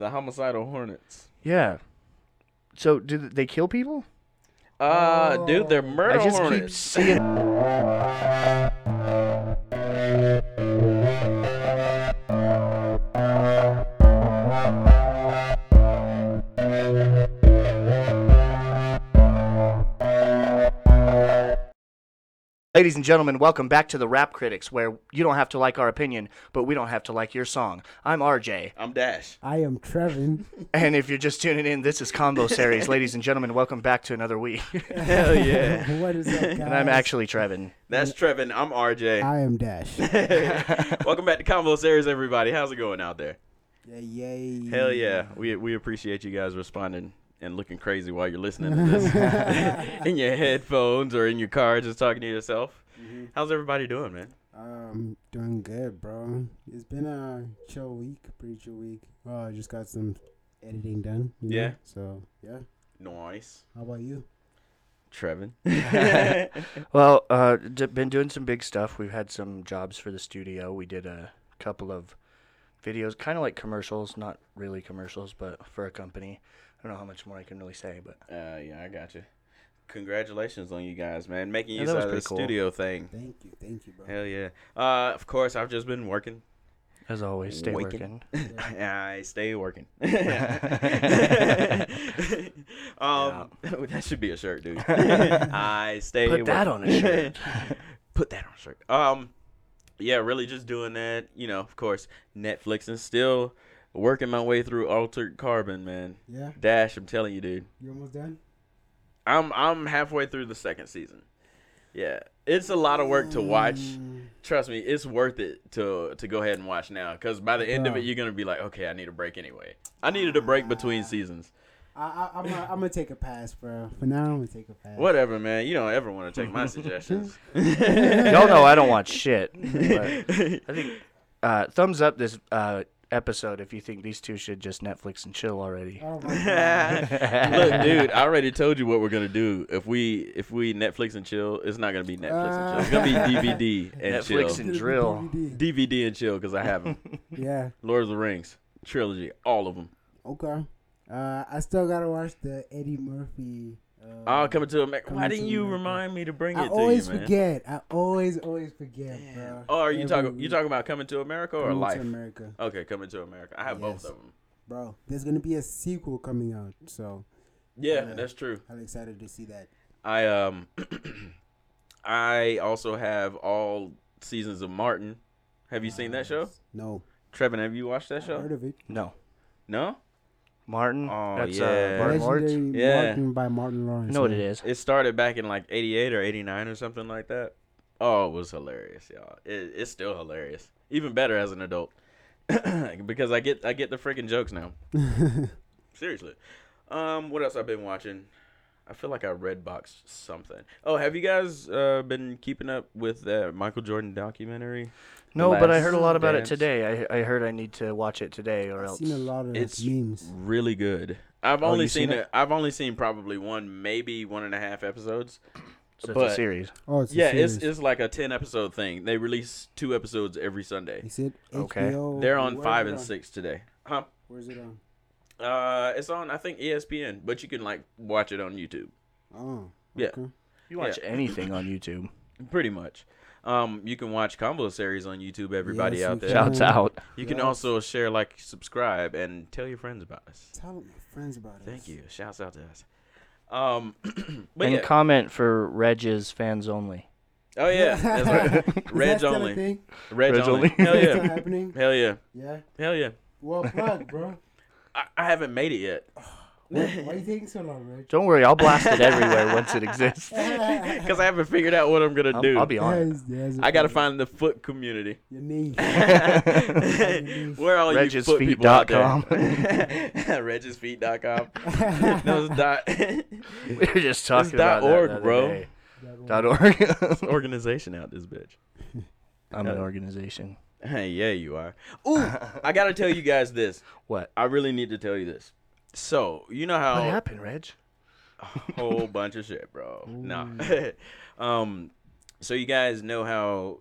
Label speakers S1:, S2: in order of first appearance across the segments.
S1: The homicidal hornets.
S2: Yeah. So do th- they kill people?
S1: Uh, dude, they're
S2: I
S1: murder
S2: just keep
S1: hornets.
S2: seeing. Ladies and gentlemen, welcome back to the Rap Critics, where you don't have to like our opinion, but we don't have to like your song. I'm RJ,
S1: I'm Dash.
S3: I am Trevin.
S2: and if you're just tuning in, this is Combo Series. Ladies and gentlemen, welcome back to another week.
S1: Hell yeah.
S3: what is up, guys?
S2: And I'm actually Trevin.
S1: That's Trevin. I'm RJ.
S3: I am Dash.
S1: Welcome back to Combo Series, everybody. How's it going out there?
S3: yay, yay.
S1: Hell yeah. We we appreciate you guys responding and looking crazy while you're listening to this in your headphones or in your car, just talking to yourself. How's everybody doing, man?
S3: Um, doing good, bro. It's been a chill week, pretty chill week. Well, I just got some editing done. you know?
S1: Yeah.
S3: So yeah.
S1: Nice,
S3: How about you?
S1: Trevin.
S2: Well, uh, d- been doing some big stuff. We've had some jobs for the studio. We did a couple of videos, kind of like commercials, not really commercials, but for a company. I don't know how much more I can really say, but
S1: Uh, yeah, I got you. Congratulations on you guys, man, making
S2: Yeah,
S1: use
S2: that was
S1: out of the
S2: pretty cool.
S1: studio thing.
S3: Thank you, thank you, bro.
S1: Hell yeah. Uh, of course, I've just been working.
S2: as always, stay
S1: Waking.
S2: working.
S1: I stay working. um, that should be a shirt, dude. I stay.
S2: Put that on a shirt.
S1: Put that on a shirt. Um, yeah, really, just doing that. You know, of course, Netflix and still working my way through Altered Carbon, man.
S3: Yeah.
S1: Dash, I'm telling you, dude.
S3: You almost done?
S1: I'm I'm halfway through the second season. Yeah, it's a lot of work
S3: Mm.
S1: to watch. Trust me, it's worth it to to go ahead and watch now because by the end of it,
S3: Yeah.
S1: you're gonna be like, okay, I need a break anyway. I needed a break between seasons.
S3: I, I, I'm, gonna- I'm gonna take a pass, bro. For now, I'm gonna take a pass.
S1: Whatever, man. You don't ever want to take my suggestions.
S2: Y'all know I don't watch shit. But I think uh, thumbs up this uh, episode if you think these two should just Netflix and chill already.
S3: Oh my god.
S1: Look, dude, I already told you what we're gonna do. If we if we Netflix and chill, it's not gonna be Netflix and chill.
S3: Uh.
S1: It's gonna be DVD and
S2: Netflix
S1: chill.
S2: and drill.
S1: DVD and chill because I have them.
S3: Yeah.
S1: Lord of the Rings trilogy, all of them.
S3: Okay. Uh, I still gotta watch the Eddie Murphy. Uh,
S1: Oh, coming to America. Why
S3: Coming
S1: didn't
S3: to
S1: you
S3: America.
S1: remind me to bring it
S3: I
S1: to
S3: always
S1: you, man?
S3: forget. I always, always forget, bro.
S1: Oh, are you
S3: Every
S1: talking? You
S3: week.
S1: talking about coming to America or
S3: Coming to
S1: life?
S3: America,
S1: Okay, coming to America. I have both
S3: Yes.
S1: of them.
S3: bro. There's gonna be a sequel coming out, so
S1: Yeah,
S3: Yeah.
S1: that's true.
S3: I'm excited to see that.
S1: I um, I also have all seasons of Martin. Have you seen that show,
S3: No,
S1: Trevin? Have you watched that
S3: heard
S1: show?
S3: of it?
S2: No.
S1: No,
S2: Martin?
S1: Oh,
S2: that's
S1: yeah.
S2: uh, Martin Lawrence?
S3: Legendary
S1: Yeah.
S3: Martin by Martin Lawrence.
S2: You know what
S3: yeah.
S2: it is.
S1: it started back in like '88 or '89 or something like that. Oh, it was hilarious, y'all. It, it's still hilarious, even better as an adult, because I get I get the freaking jokes now. Seriously. Um, what else I've been watching? I feel like I red boxed something. Oh, have you guys uh, been keeping up with that Michael Jordan documentary?
S2: No, but I
S1: Last
S2: heard a lot about
S1: Dance?
S2: it today. I, I heard I need to watch it today or
S3: I've
S2: else.
S3: seen a lot of
S1: It's
S3: memes.
S1: really good. I've
S2: Oh,
S1: only
S2: you've seen
S1: seen, it?
S2: it?
S1: I've only seen probably one, maybe one and a half episodes.
S2: So
S1: but-
S2: it's a series.
S3: Oh, it's a
S1: yeah, it's
S3: series.
S1: it's like a ten episode thing. They release two episodes every Sunday.
S3: Is it
S2: Okay.
S3: HBO?
S1: They're on
S3: Where is
S1: five
S3: it
S1: and
S3: on?
S1: six today. Huh?
S3: Where's it on?
S1: Uh, it's on I think ESPN, but you can like watch it on YouTube.
S3: Oh,
S1: Yeah.
S3: okay.
S2: You watch
S1: Yeah.
S2: anything on YouTube.
S1: Pretty much. Um, you can watch combo series on YouTube. Everybody
S3: Yes,
S1: out
S3: you
S1: there,
S3: can.
S2: Shouts out.
S1: you can
S3: Yes.
S1: also share, like, subscribe, and tell your friends about us.
S3: Tell my friends about it.
S1: Thank you. Shouts out to us. Um, but
S2: And
S1: yeah.
S2: comment for Reg's fans only.
S1: oh yeah, that's right.
S3: Is that
S1: Reg
S3: still a
S1: only.
S3: thing?
S1: Reg
S2: Reg
S1: only.
S2: only.
S1: Hell
S3: Is that still
S1: yeah.
S3: happening?
S1: Hell yeah.
S3: Yeah.
S1: Hell yeah.
S3: Well, plug, bro.
S1: I, I haven't made it yet
S3: Why, why you taking so long, Reg?
S2: Don't worry, I'll blast it everywhere once it exists.
S1: because I haven't figured out what I'm gonna
S2: I'll,
S1: do.
S2: I'll be on it.
S3: Yes, yes,
S1: I gotta
S3: bro.
S1: find the foot community.
S3: your knee.
S1: Where are all you foot people out
S2: Regisfeet.com.
S1: there? Regisfeet.com. no, it's dot.
S2: We were just talking
S1: dot
S2: about that
S1: org,
S2: the other
S1: bro.
S2: day. Dot org.
S1: organization out this bitch.
S2: I'm an organization.
S1: Hey, yeah, you are. Ooh, I gotta tell you guys this.
S2: What?
S1: I really need to tell you this. So you know
S2: What
S1: how
S2: happened, Reg?
S1: a whole bunch of shit, bro. Nah. um, so you guys know how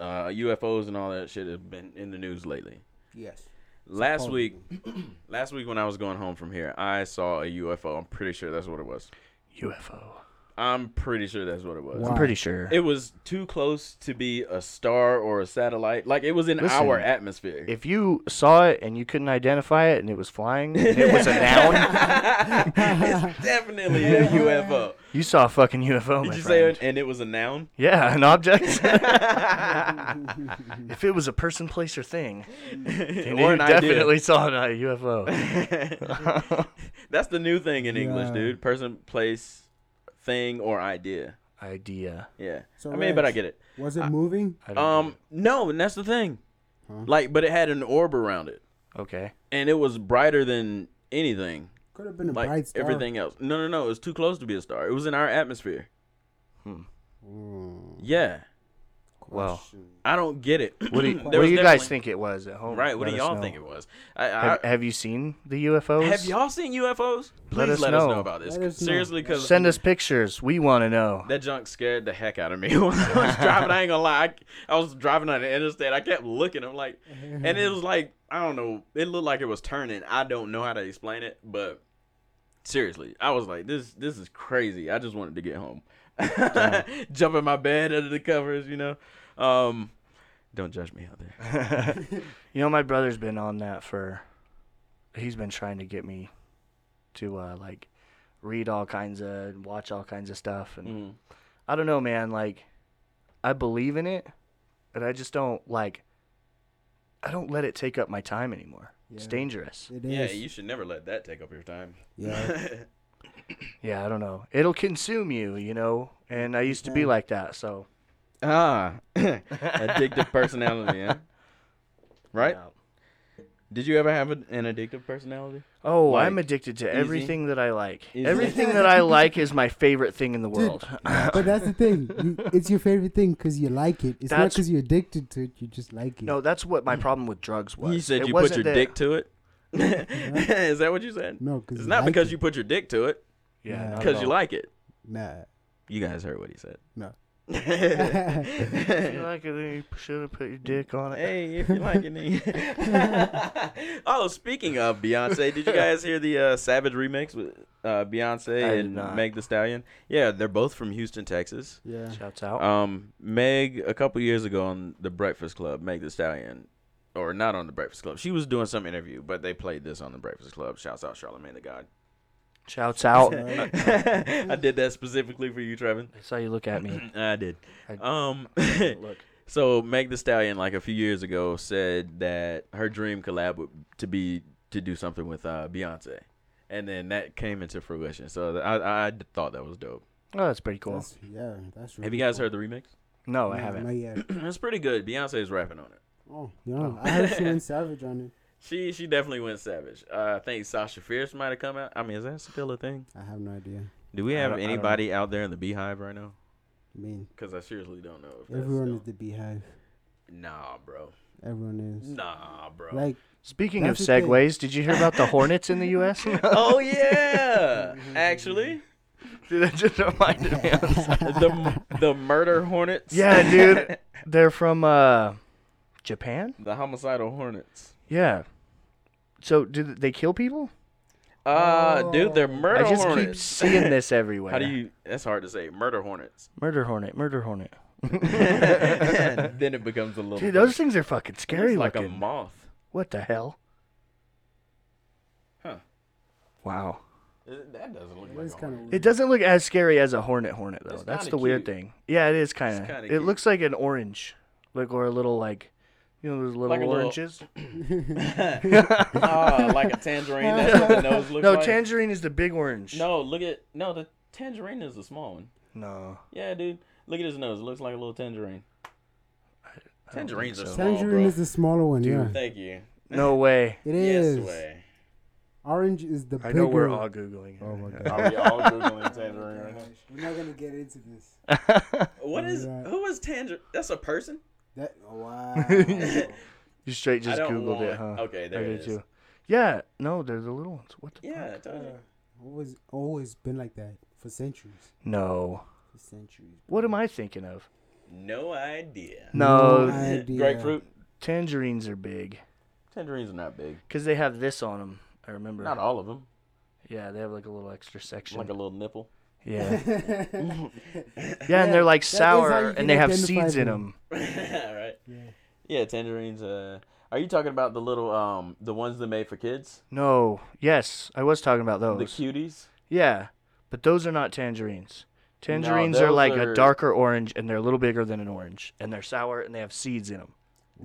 S1: uh, UFOs and all that shit have been in the news lately.
S3: Yes.
S1: Last
S3: Hold
S1: week,
S3: on.
S1: last week when I was going home from here, I saw a UFO. I'm pretty sure that's what it was.
S2: UFO.
S1: I'm pretty sure that's what it was.
S3: Wow.
S2: I'm pretty sure.
S1: It was too close to be a star or a satellite. Like it was in
S2: Listen,
S1: our atmosphere.
S2: if you saw it and you couldn't identify it and it was flying, and it was a noun,
S1: it's definitely a UFO.
S2: you saw a fucking UFO.
S1: Did
S2: Oh, my
S1: you say
S2: friend.
S1: it, and it was a noun?
S2: Yeah, an object. if it was a person, place, or thing, then
S1: or
S2: you
S1: an
S2: definitely saw a UFO.
S1: idea. That's the new thing in English,
S3: Yeah.
S1: dude. Person, place, thing, or idea.
S2: Idea.
S1: Yeah.
S3: So
S1: I mean, but I
S3: Rex,
S1: get it.
S3: Was it moving?
S2: I don't
S1: Um, no, and that's the thing.
S3: Huh?
S1: Like, but it had an orb around it,
S2: know. okay.
S1: and it was brighter than anything,
S3: Could have been a
S1: like
S3: bright star.
S1: everything else. No, no, no. It was too close to be a star. It was in our atmosphere.
S3: Mm,
S1: Yeah,
S2: Well.
S3: question.
S1: I don't get it.
S2: What do you,
S1: There
S2: what do
S1: was
S2: you guys
S1: definitely-
S2: think it was at home?
S1: Right. What do y'all think it was? I, I,
S2: Have, have you seen the UFOs?
S1: Have y'all seen UFOs? Please
S2: Let
S1: let
S2: us
S1: us,
S2: know.
S1: know about this.
S3: Let us know.
S1: Seriously, because
S2: Send us pictures. We want to know.
S1: that junk scared the heck out of me when I was driving. I ain't gonna lie. I, I was driving on the interstate. I kept looking. I'm like, and it was like, I don't know. It looked like it was turning. I don't know how to explain it, but seriously, I was like, this this is crazy. I just wanted to get home. Jump in my bed under the covers, you know. Um, don't judge me out there.
S2: You know, my brother's been on that for. He's been trying to get me to uh, like read all kinds of and watch all kinds of stuff, and
S1: Mhm.
S2: I don't know, man. Like, I believe in it, but I just don't like. I don't let it take up my time anymore. It's
S3: Yeah.
S2: dangerous.
S3: It
S1: Yeah,
S3: is.
S1: you should never let that take up your time.
S3: Yeah.
S2: Yeah, I don't know. It'll consume you, you know. And I used to be
S3: Yeah.
S2: like that, so
S1: Ah, addictive personality, yeah. Right?
S2: yeah.
S1: Did you ever have a, an addictive personality?
S2: Oh,
S1: Like,
S2: I'm addicted to
S1: easy?
S2: everything that I like.
S1: Easy.
S2: Everything that I like is my favorite thing in the world.
S3: but that's the thing. You, it's your favorite thing because you like it. It's not
S2: That's-
S3: because you're addicted to it. You just like it.
S2: no, that's what my problem with drugs was.
S1: You said
S2: It
S1: you put
S2: wasn't
S1: your
S2: that-
S1: dick to it. Is that what you said?
S3: no, because
S1: It's not because you put your dick to it,
S2: Yeah,
S3: Not at
S1: because you like it.
S3: Nah,
S1: You guys heard what he said.
S3: No.
S2: If you like it, then you should have put your dick on it.
S1: hey, if you like it, then. oh, speaking of Beyonce, did you guys hear the uh, Savage remix with uh,
S2: I
S1: Beyonce
S2: did
S1: and
S2: not.
S1: Meg The Stallion? Yeah, they're both from Houston, Texas.
S3: yeah.
S2: Shouts out.
S1: Um, Meg, a couple years ago on The Breakfast Club, Meg the Stallion, or not on The Breakfast Club, she was doing some interview, but they played this on The Breakfast Club. Shouts out Charlamagne the God.
S2: Shouts out.
S3: Right.
S1: I did that specifically for you, Trevin.
S2: I saw you look at me.
S1: I did.
S2: I-
S1: Um,
S2: Look.
S1: so Meg the Stallion, like a few years ago, said that her dream collab would to be to do something with uh, Beyonce, and then that came into fruition. So th- I I thought that was dope.
S2: Oh, that's pretty cool.
S3: That's, yeah, that's.
S1: Have
S3: really
S1: you guys
S3: cool.
S1: heard Oh, the remix?
S2: no, I
S3: Nah,
S2: haven't.
S3: Not yet.
S1: it's pretty good. Beyonce's rapping on it.
S3: Oh, yeah. I heard she went savage on it.
S1: She she definitely went savage. Uh, I think Sasha Fierce might have come out. I mean, is that still a thing?
S3: I have no idea.
S1: Do we
S2: I
S1: have
S2: don't- I don't know.
S1: anybody out there in the Beehive right now?
S3: I mean,
S1: Because I seriously don't know. If that's
S3: everyone
S1: still-
S3: is the beehive.
S1: Nah, bro.
S3: Everyone is.
S1: Nah, bro.
S3: Like
S2: Speaking of
S3: That's the thing.
S2: segues, did you hear about the Hornets in the U.S.?
S1: oh yeah, actually,
S2: Dude, that just reminded me. I'm sorry.
S1: the the murder hornets.
S2: yeah, dude. They're from uh, Japan?
S1: the homicidal hornets.
S2: Yeah. So, do th- they kill people?
S1: Uh, dude, they're
S3: Oh. I
S1: murder
S2: I just
S1: hornets.
S2: keep seeing this everywhere.
S1: How do you? That's hard to say. Murder hornets.
S2: Murder hornet, murder hornet.
S1: then it becomes a little.
S2: Dude, those things are fucking
S1: It's
S2: scary
S1: like a
S2: looking.
S1: moth.
S2: what the hell?
S1: Huh.
S2: Wow.
S1: It- That doesn't look
S3: it
S1: like oh,
S3: is
S1: a
S3: kind
S1: hornet.
S3: of weird.
S2: It doesn't look as scary as a hornet hornet though.
S1: It's
S2: That's the
S1: kinda
S2: weird
S1: cute.
S2: thing. Yeah, it is kind
S1: It's
S2: of.
S1: kinda
S2: It
S1: cute.
S2: looks like an orange, like or a little like, you know, those little
S1: Like a little-
S2: oranges.
S1: Ah, like a tangerine. That's what the nose looks
S2: no,
S1: like.
S2: tangerine is the big orange.
S1: No, look at no. The tangerine is the small one.
S2: no.
S1: Yeah, dude. Look at his nose. It looks like a little tangerine. Tangerine's
S2: think
S1: are
S2: so.
S1: small,
S3: Tangerine
S1: bro.
S3: is the smaller one. Yeah,
S1: Thank you.
S2: No way.
S3: it
S1: Yes
S3: is.
S1: way.
S3: Orange is the
S2: I
S3: bigger.
S2: know we're all googling. it
S3: Oh my
S2: right
S3: God.
S1: Are we all googling tangerine right now?
S3: We're not gonna get into this.
S2: now.
S1: What is?
S3: Right.
S1: Who is tangerine? That's a person.
S3: That oh, wow.
S2: you straight just
S1: don't
S2: googled it,
S1: want-
S2: huh?
S1: okay,
S2: I
S1: there it
S2: did
S1: is.
S2: Yeah, no, they're the little ones. What the?
S1: Yeah, I
S2: fuck?
S1: told you.
S3: always, always been like that for centuries.
S2: No.
S3: For centuries.
S2: What am I thinking of?
S1: No idea.
S2: No,
S3: idea.
S1: Grapefruit.
S2: tangerines are big.
S1: Tangerines are not big.
S2: Because they have this on them. I remember.
S1: Not all of them.
S2: Yeah, they have like a little extra section.
S1: Like a little nipple.
S2: yeah.
S3: yeah,
S2: Yeah, and they're like
S3: that is how
S2: sour
S3: you can
S2: and they have
S3: identify
S2: seeds in
S3: them.
S2: them.
S1: right.
S3: Yeah.
S1: Yeah, tangerines. Uh, are you talking about the little um the ones they made for kids?
S2: No. Yes, I was talking about
S1: The
S2: those.
S1: cuties.
S2: yeah, but those are not tangerines. Tangerines are
S1: those
S2: like
S1: are-
S2: a darker orange and they're a little bigger than an orange and they're sour and they have seeds in them.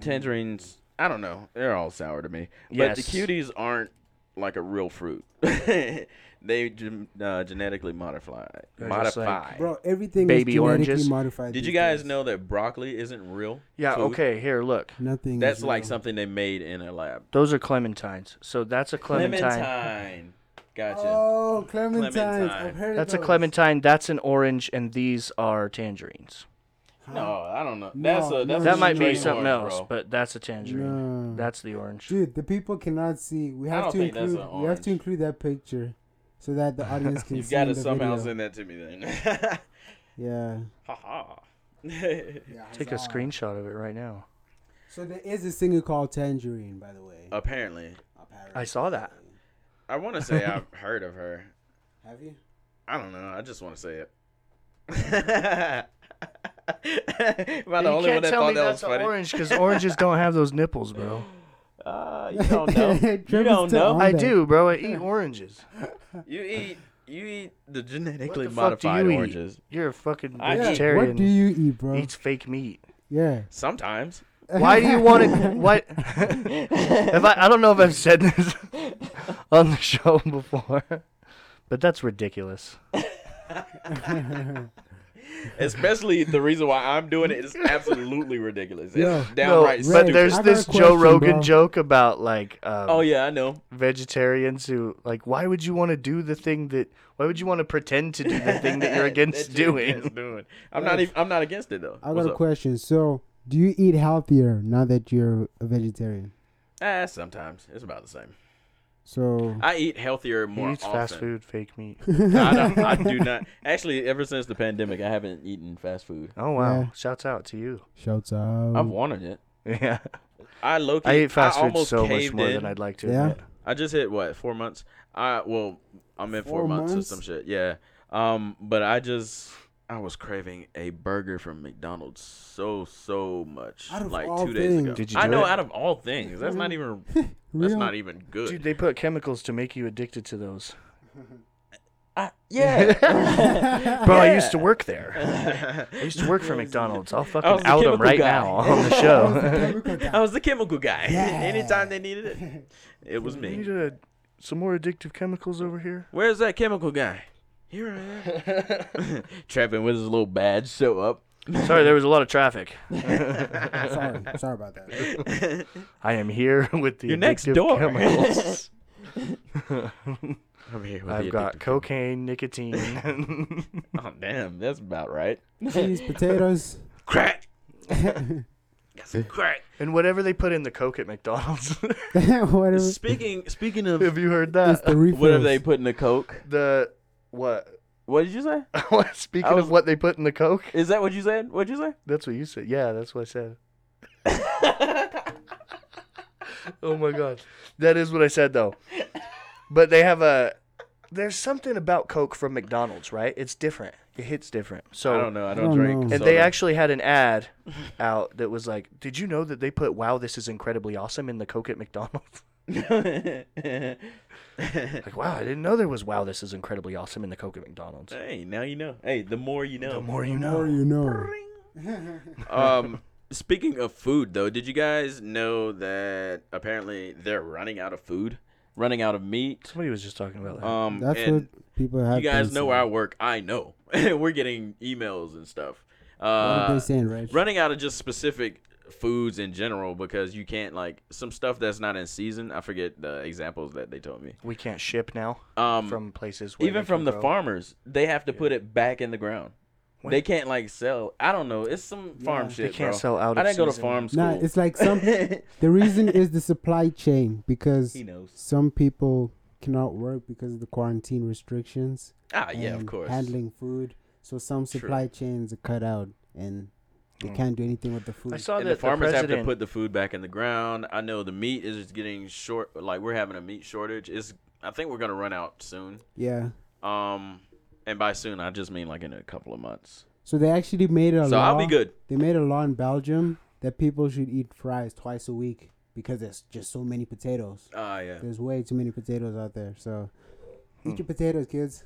S1: Tangerines. I don't know. They're all sour to me. But the
S2: Yes.
S1: cuties aren't like a real fruit. they gen- uh, genetically modified.
S2: They're just like-
S1: modified.
S3: Bro, everything
S2: Baby
S3: is genetically
S2: oranges.
S3: modified.
S1: Did you
S3: these
S1: guys
S3: days.
S1: know that broccoli isn't real?
S2: Yeah,
S1: food?
S2: okay, here, look.
S3: Nothing. is
S1: That's like
S3: real.
S1: something they made in a lab.
S2: Those are clementines. So that's a clementine.
S1: Clementine. Gotcha.
S3: Oh, clementines.
S1: Clementine.
S3: I've heard of
S2: That's a
S3: those.
S2: clementine, that's an orange and these are tangerines.
S3: Huh?
S1: No, I don't know.
S3: No,
S1: That's a
S3: no,
S1: that's
S3: no,
S1: a
S2: That might be
S1: straight
S2: something
S1: orange,
S2: else,
S1: bro.
S2: but that's a tangerine.
S3: No.
S2: That's the orange.
S3: Dude, the people cannot see. We
S1: I
S3: have
S1: don't
S3: to
S1: think that's
S3: include.
S1: an
S3: We have to
S1: orange.
S3: include that picture, so that the audience can
S1: You've
S3: see
S1: got to
S3: the
S1: somehow
S3: video.
S1: send that to me then.
S3: Yeah.
S1: Haha.
S3: yeah it's
S2: Take a
S3: on.
S2: screenshot of it right now.
S3: So there is a singer called Tangerine, by the
S1: Uh,
S3: way.
S1: Apparently,
S3: Apparently.
S2: I saw that.
S1: I want to say I've heard of her.
S3: Have you?
S1: I don't know. I just want to say it. Am I the only one that thought that was funny?
S2: orange because oranges don't have those nipples, bro.
S1: Uh, you don't know. you
S3: Trevor's
S1: don't
S3: still
S1: know.
S3: on.
S2: I
S3: that.
S2: do, bro. I eat oranges.
S1: You eat. You eat the genetically
S2: What the fuck do
S1: modified
S2: you eat?
S1: oranges
S2: You're a fucking
S1: I eat-
S3: Yeah,
S2: vegetarian.
S3: What do you eat, bro?
S2: Eats fake meat.
S3: Yeah.
S1: sometimes.
S2: Why do you want to? What? if I, I don't know if I've said this on the show before, but that's ridiculous.
S1: Especially the reason why I'm doing it is absolutely ridiculous. It's
S3: Yeah.
S1: downright
S3: No,
S2: but
S1: stupid.
S3: Red,
S2: there's
S3: I got
S2: this
S3: a
S2: Joe
S3: question,
S2: Rogan
S3: bro.
S2: joke about like um,
S1: Oh yeah, I know.
S2: vegetarians who like, why would you want to do the thing that? Why would you want to pretend to do the thing that you're against
S1: That you're
S2: doing?
S1: against doing. I'm not.
S3: Yes.
S1: Even, I'm not against it though.
S3: I
S1: What's
S3: got a
S1: up?
S3: question. So, do you eat healthier now that you're a vegetarian?
S1: Ah, sometimes it's about the same.
S3: So.
S1: I eat healthier more
S2: he eats
S1: often.
S2: fast food, fake meat.
S1: I, don't, I do not. Actually, ever since the pandemic, I haven't eaten fast food.
S2: Oh wow!
S3: Yeah.
S2: Shouts out to you.
S3: Shouts out.
S1: I've wanted it.
S2: Yeah,
S1: I low
S2: Mm. I eat fast food
S1: almost
S2: so much
S1: caved
S2: more
S1: in.
S2: than I'd like to.
S3: Yeah?
S2: Admit.
S1: I just hit what four months. I well, I'm in four,
S3: Four
S1: months,
S3: months?
S1: or some shit. Yeah. Um, but I just I was craving a burger from McDonald's so so much
S3: Out of
S1: like
S3: all
S1: two days ago.
S3: things.
S2: Did you
S1: I
S2: do
S1: know
S2: it?
S1: out of all things, that's not even that's
S3: Real-
S1: not even good.
S2: Dude, they put chemicals to make you addicted to those.
S1: I- yeah.
S2: Bro, I
S1: Yeah.
S2: used to work there. I used to work for McDonald's. I'll fucking
S1: the
S2: out
S1: chemical
S2: them right
S1: guy.
S2: now on the
S3: That's
S2: show.
S3: the chemical guy.
S1: I was the chemical guy.
S3: Yeah.
S1: Anytime they needed it, it was me.
S2: uh, some more addictive chemicals over here.
S1: Where's that chemical guy? Here I am. Trapping with his little badge show up.
S2: Sorry, there was a lot of traffic.
S1: e-
S3: sorry, sorry about that.
S2: I am here with the
S1: Your next
S2: addictive
S1: door.
S2: chemicals.
S1: I'm here with
S2: I've
S1: the
S2: got
S1: addictive
S2: cocaine, nicotine.
S1: chemical. Oh damn, that's about right.
S3: Cheese, potatoes.
S1: Crack. got some crack.
S2: and whatever they put in the coke at McDonald's.
S3: Whatever.
S1: Speaking speaking of
S2: Have you heard
S3: It's
S2: that?
S3: the refills.
S1: what have they put in the coke?
S2: The what?
S1: What did you say?
S2: Speaking
S1: I was-
S2: of what they put in the coke,
S1: Is that what you said? What'd you say?
S2: that's what you said. Yeah, that's what I said. oh my god, that is what I said though. But they have a. There's something about Coke from McDonald's, right? It's different. It hits different. So
S1: I don't know. I don't,
S3: don't
S1: drink.
S3: know.
S2: And
S1: soda.
S2: they actually had an ad out that was like, "Did you know that they put wow, this is incredibly awesome in the Coke at McDonald's?"
S1: hey,
S2: Like, wow, I didn't know there was wow, this is incredibly awesome in the Coke at McDonald's.
S1: now you know. Hey, the more you know.
S2: The more you
S3: The more
S2: know.
S3: you know.
S1: um, speaking of food, though, did you guys know that apparently they're running out of food, running out of meat?
S2: Somebody was just talking about that.
S1: Um,
S3: That's
S1: and
S3: what people have.
S1: you guys
S3: been
S1: know
S3: saying.
S1: where I work. I know. We're getting emails and stuff.
S3: What are
S1: Uh,
S3: they saying, Rich?
S1: running out of just specific foods in general because you can't like some stuff that's not in season. I forget the examples that they told me.
S2: we can't ship now
S1: Um,
S2: from places. Where
S1: even
S2: they
S1: from
S2: can
S1: the
S2: grow.
S1: farmers, they have to put it back in the ground.
S2: What?
S1: They can't like sell. I don't know. It's some farm
S3: they
S1: shit.
S2: can't
S1: bro.
S2: sell out
S1: I
S2: of
S1: didn't go to
S2: season.
S1: farm school.
S3: Nah, it's like some. the reason is the supply chain because
S1: he knows.
S3: some people cannot work because of the quarantine restrictions.
S1: Ah, yeah, of
S3: and
S1: course.
S3: Handling food, so some
S1: True. Mm.
S3: supply chains are cut out, and They can't do anything with the food.
S2: I saw
S1: and
S2: that
S1: the farmers have to
S2: president-
S1: put the food back in the ground. I know the meat is just getting short. Like we're having a meat shortage. It's I think we're gonna run out soon.
S3: yeah.
S1: Um, and by soon I just mean like in a couple of months.
S3: So they actually made a
S1: so
S3: law.
S1: I'll be good.
S3: They made a law in Belgium that people should eat fries twice a week because there's just so many potatoes.
S1: Ah, yeah.
S3: There's way too many potatoes out there. So
S2: Hmm.
S3: eat your potatoes, kids.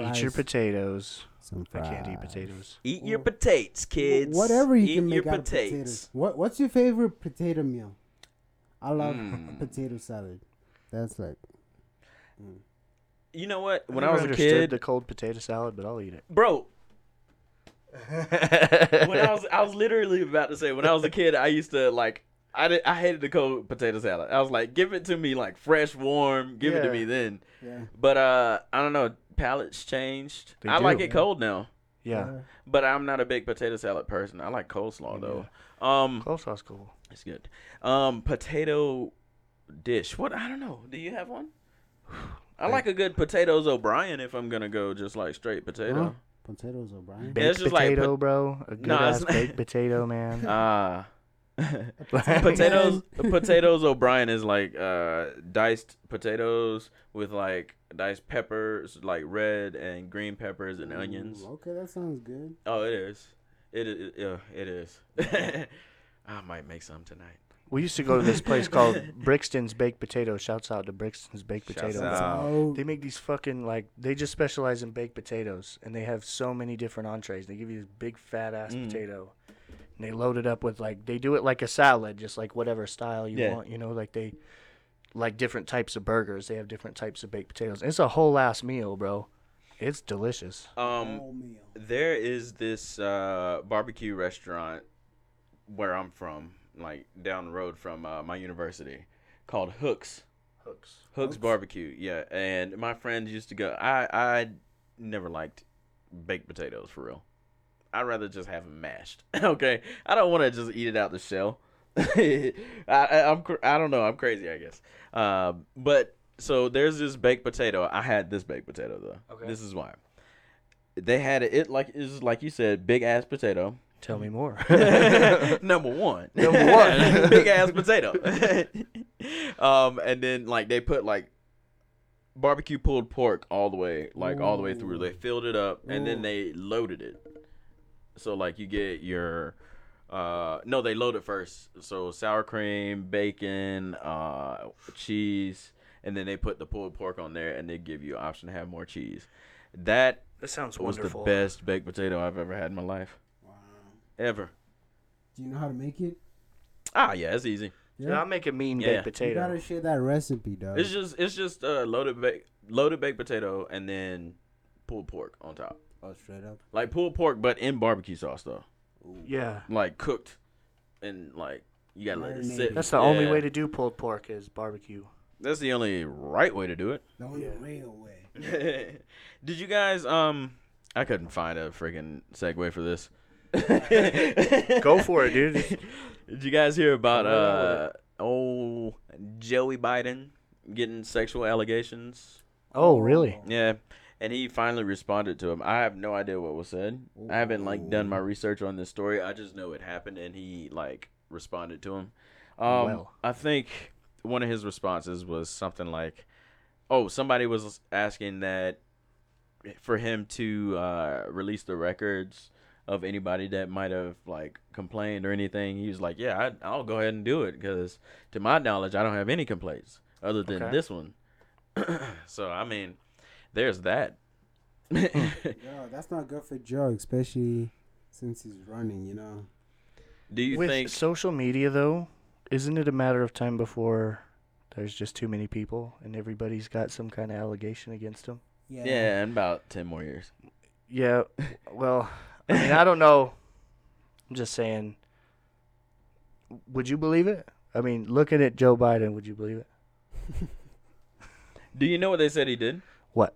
S2: Eat your
S3: Fries.
S2: potatoes.
S3: Some
S2: I can't eat
S3: fries.
S2: potatoes.
S1: Eat your potatoes, kids.
S3: Whatever you
S1: Eat
S3: can make
S1: your
S3: out of potatoes. What What's your favorite potato meal? I love
S2: Hmm.
S1: Mm.
S3: potato salad. That's like hmm,
S1: You know what?
S2: I
S1: When I,
S2: never
S1: was a
S2: understood
S1: kid,
S2: the cold potato salad, but I'll eat it.
S1: bro. when I was, I was literally about to say, when I was a kid, I used to like, I did, I hated the cold potato salad. I was like, give it to me like fresh, warm. Give it to
S2: Yeah.
S1: me then.
S3: yeah.
S1: But uh, I don't know. Palates changed.
S2: They
S1: I
S2: do.
S1: like it cold now,
S2: yeah,
S3: Uh,
S1: but I'm not a big potato salad person. I like coleslaw though. Um,
S2: coleslaw's cool.
S1: it's good. Um, potato dish. What? I don't know. Do you have one? I like a good potatoes O'Brien if I'm gonna go just like straight potato.
S3: Potatoes, O'Brien.
S1: Yeah, it's
S2: Baked
S1: just like
S2: potato, bro. A good
S1: No, it's
S2: ass
S1: not-
S2: baked potato, man.
S1: Ah.
S2: Like-
S1: potatoes potatoes o'brien is like uh diced potatoes with like diced peppers like red and green peppers and
S3: Ooh,
S1: onions
S3: okay, that sounds good.
S1: oh it is it is yeah it is i might make some tonight
S2: We used to go to this place called Brixton's Baked Potato. Shouts out to Brixton's Baked
S1: Shouts
S2: Potato.
S1: out.
S3: So,
S2: They make these fucking like they just specialize in baked potatoes, and they have so many different entrees. They give you this big fat ass
S1: Mm.
S2: potato, and they load it up with like they do it like a salad, just like whatever style you
S1: Yeah.
S2: want. You know, like they like different types of burgers. They have different types of baked potatoes. It's a whole ass meal, bro. It's delicious.
S1: um
S3: whole meal.
S1: there is this uh barbecue restaurant where i'm from like down the road from uh, my university called hooks
S2: Hooks.
S1: Hooks
S3: Hooks?
S1: Barbecue, yeah. And my friends used to go. I I never liked baked potatoes for real. I'd rather just have them mashed. okay, I don't want to just eat it out the shell. I, I I'm cr- I don't know. I'm crazy, I guess. Uh, but so there's this baked potato. I had this baked potato though.
S2: Okay.
S1: This is why. They had it, it like is like you said, big ass potato.
S2: Tell me more.
S1: Number one.
S2: Number one.
S1: Big ass potato. um, and then like they put like barbecue pulled pork all the way, like all the way through. They filled it up and then
S3: Ooh.
S1: they loaded it. So like you get your uh no, they load it first. So sour cream, bacon, uh cheese, and then they put the pulled pork on there and they give you option to have more cheese. That
S2: that sounds
S1: was the best baked potato I've ever had in my life.
S3: Wow.
S1: Ever.
S3: Do you know how to make it?
S1: Ah, yeah, it's easy.
S2: Yeah, I'll make a mean
S1: Yeah.
S2: baked
S3: You
S2: potato.
S3: gotta share that recipe, dog.
S1: It's just it's just uh, loaded baked loaded baked potato and then pulled pork on top.
S3: oh, straight up.
S1: Like pulled pork, but in barbecue sauce though.
S2: yeah.
S1: Like cooked, and like you gotta let it sit.
S2: That's the only
S1: Yeah.
S2: way to do pulled pork is barbecue.
S1: That's the only right way to do
S3: The only
S2: Yeah.
S3: real way.
S1: it. Did you guys? Um, I couldn't find a freaking segue for this.
S2: Go for it, dude.
S1: Did you guys hear about
S2: Come on,
S1: uh old Joey Biden getting sexual allegations?
S2: Oh, really?
S1: Yeah, and he finally responded to him. I have no idea what was said. I haven't like done my research on this story. I just know it happened, and he like responded to him. Um,
S2: Well.
S1: I think one of his responses was something like, "Oh, somebody was asking that for him to uh, release the records." Of anybody that might have like complained or anything, he was like, "Yeah, I, I'll go ahead and do it because, to my knowledge, I don't have any complaints other than
S2: Okay.
S1: this one." so I mean, there's that.
S3: Yo, that's not good for Joe, especially since he's running. You know.
S1: Do you
S2: With
S1: think?
S2: social media, though, isn't it a matter of time before there's just too many people and everybody's got some kind of allegation against them?
S1: yeah, in about ten more years.
S2: Yeah. Well, I mean, I don't know. I'm just saying. Would you believe it? I mean, looking at Joe Biden, would you believe it?
S1: Do you know what they said he did?
S2: What?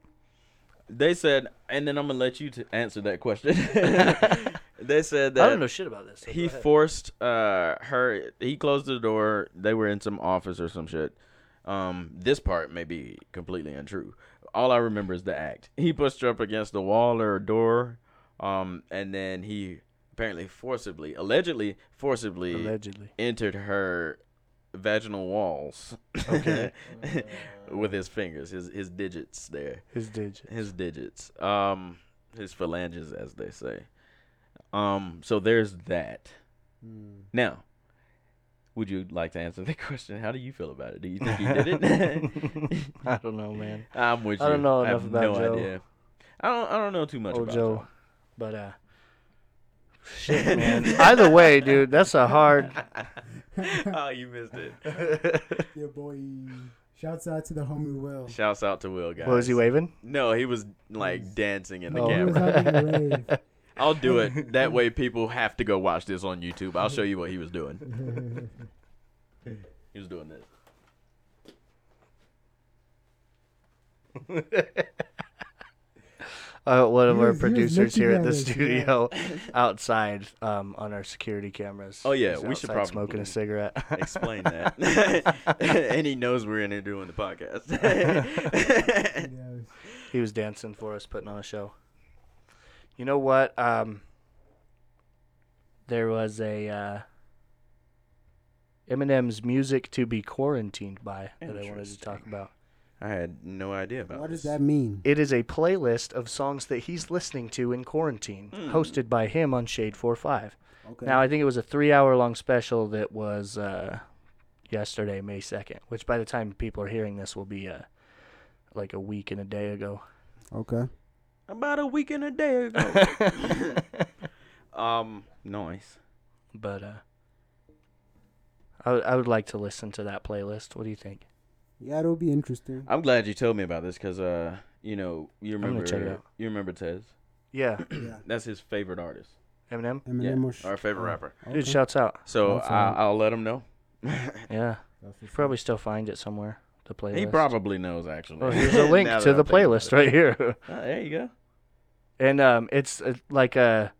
S1: They said, and then I'm gonna let you to answer that question. they said
S2: I don't
S1: that
S2: know shit about this. so
S1: he
S2: go ahead.
S1: forced uh her. He closed the door. They were in some office or some shit. Um, this part may be completely untrue. All I remember is the act. He pushed her up against the wall or door, um, and then he apparently forcibly, allegedly forcibly
S2: Allegedly.
S1: entered her vaginal walls
S2: Okay.
S1: with his fingers, his his digits there,
S2: His digit.
S1: his digits, um, his phalanges as they say. Um, so there's that.
S3: Hmm.
S1: Now, would you like to answer that question? How do you feel about it? Do you think he did it?
S2: I don't know, man.
S1: I'm with you.
S2: I don't know
S1: I
S2: enough
S1: have
S2: about
S1: no
S2: Joe.
S1: idea. I don't. I don't know too much
S2: Oh,
S1: about
S2: Joe.
S1: Joe.
S2: But uh shit, man. Either way, dude, that's a hard
S1: oh, you missed it.
S3: Your boy. Shouts out to the homie Will.
S1: Shouts out to Will, guys.
S2: What was he waving?
S1: No, he was like dancing in the
S3: Oh, he was
S1: camera.
S3: having a rave.
S1: I'll do it. That way, people have to go watch this on YouTube. I'll show you what he was doing. he was doing this.
S2: Uh, one of
S3: He
S2: our
S3: was- he was
S2: producers
S3: looking
S2: here at
S3: at
S2: the
S3: us, yeah.
S2: studio outside um, on our security cameras.
S1: Oh, yeah,
S2: He's
S1: we should probably-
S2: outside smoking a cigarette.
S1: Explain that. and he knows we're in here doing the podcast.
S3: Yes.
S2: he was dancing for us, putting on a show. You know what? Um, there was a uh, Eminem's music to be quarantined by that I wanted to talk about.
S1: I had no idea about.
S3: What does
S1: this.
S3: that mean?
S2: It is a playlist of songs that he's listening to in quarantine,
S1: Hmm.
S2: hosted by him on Shade Four Five.
S3: Okay.
S2: Now I think it was a three-hour-long special that was uh, yesterday, May second. Which by the time people are hearing this, will be uh, like a week and a day ago.
S3: okay.
S1: About a week and a day
S2: Oh.
S1: ago. um, nice.
S2: But uh, I would- I would like to listen to that playlist. What do you think?
S3: Yeah, it'll be interesting.
S1: I'm glad you told me about this because, uh, you know, you
S2: gonna
S1: remember
S2: check it out.
S1: you remember Tez.
S2: Yeah,
S3: yeah.
S1: That's his favorite artist.
S2: Eminem.
S3: Eminem or
S1: our favorite rapper.
S2: Dude, shouts out.
S1: So
S3: That's
S1: I,
S3: right.
S1: I'll let him know.
S2: Yeah, probably still find it somewhere. The playlist.
S1: He probably knows actually.
S2: Oh, here's a link
S1: Now
S2: to
S1: that
S2: the
S1: I'm thinking
S2: playlist
S1: about it.
S2: right here.
S1: Oh, there you go.
S2: and um, it's uh, like a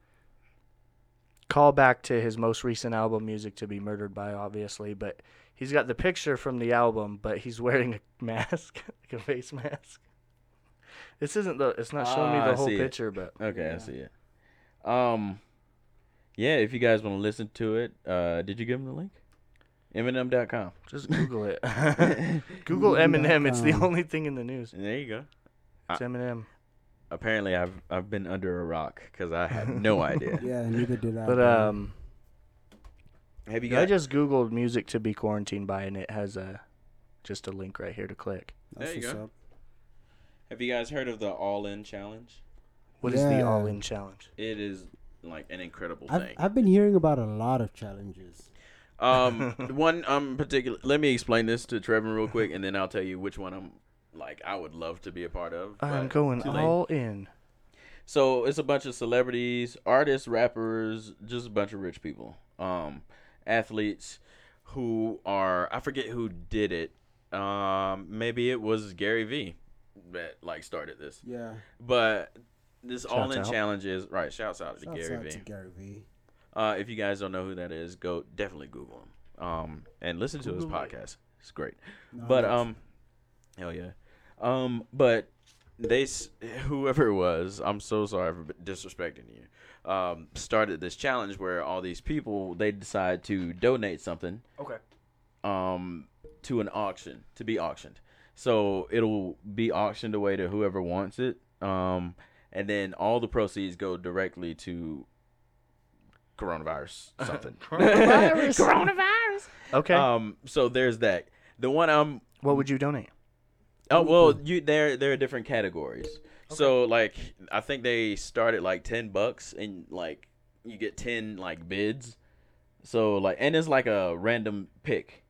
S2: callback to his most recent album, "Music to Be Murdered By," obviously. But he's got the picture from the album, but he's wearing a mask, like a face mask. This isn't the. It's not showing
S1: Ah,
S2: me
S1: I
S2: the whole
S1: see it.
S2: picture, but
S1: Okay, I see it. Um, yeah. If you guys want to listen to it, uh, did you give him the link? Eminem.com.
S2: just Google it. Google Eminem. It's the
S3: Eminem.com.
S2: only thing in the news.
S1: There you go. Ah.
S2: It's Eminem.
S1: Apparently, I've I've been under a rock because I have no idea.
S3: Yeah, neither did I.
S2: But
S3: bro.
S2: um,
S1: Have you
S2: I
S1: got?
S2: just Googled "music to be quarantined by" and it has a just a link right here to click.
S3: That's
S1: there you
S3: what's
S1: go.
S3: up.
S1: Have you guys heard of the All In Challenge?
S2: What is
S3: Yeah.
S2: the all-in challenge?
S1: It is like an incredible
S3: I've,
S1: thing.
S3: I've been hearing about a lot of challenges.
S1: Um, one um particular. Let me explain this to Trevor real quick, and then I'll tell you which one I'm like I would love to be a part of.
S2: I'm
S1: but
S2: going
S1: too late.
S2: all in.
S1: So it's a bunch of celebrities, artists, rappers, just a bunch of rich people, um, athletes who are I forget who did it. Um, maybe it was Gary V that like started this,
S3: Yeah.
S1: but this all in
S2: out.
S1: challenge is right. Shouts out to
S3: Shouts
S1: Gary
S3: out
S1: V.
S3: to Gary V.
S1: Uh, if you guys don't know who that is, go definitely Google him. Um, and listen to his podcast. It's great. but
S3: that's-
S1: um, hell yeah. Um, but they s- whoever it was, I'm so sorry for disrespecting you. Um, started this challenge where all these people they decide to donate something
S2: Okay.
S1: um to an auction to be auctioned. So it'll be auctioned away to whoever wants it. Um and then all the proceeds go directly to coronavirus something.
S2: Coronavirus. Okay.
S1: um so there's that. The one I'm
S2: Uh, what would you donate?
S1: Oh well, you there there are different categories. So like I think they started like ten bucks and like you get ten like bids. So like and it's like a random pick,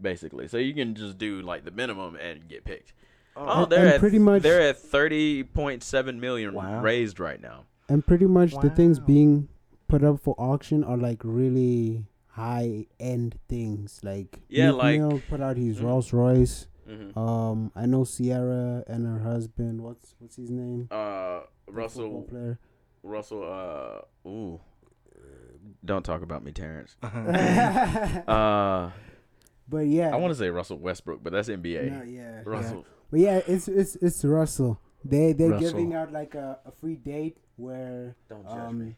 S1: basically. So you can just do like the minimum and get picked. Oh,
S3: And-
S1: they're
S3: and
S1: at
S3: pretty much-
S1: they're at thirty point seven million
S2: Wow.
S1: raised right now.
S3: and pretty much the things
S2: Wow.
S3: being put up for auction are like really high end things. Like
S1: Yeah,
S3: Meek
S1: like-
S3: Mill put out his
S1: Mhm.
S3: Rolls Royce.
S1: Mhm.
S3: Um, I know Sierra and her husband. What's what's his name?
S1: Uh,
S3: The football
S1: Russell
S3: player.
S1: Russell. Uh, ooh, don't talk about me, Terrence. Uh,
S3: but yeah,
S1: I want to say Russell Westbrook, but that's NBA.
S3: no, yeah, yeah.
S1: Russell.
S3: But yeah, it's it's it's Russell. They they're
S2: Russell.
S3: giving out like a, a free date where
S1: Don't judge
S3: um
S1: me.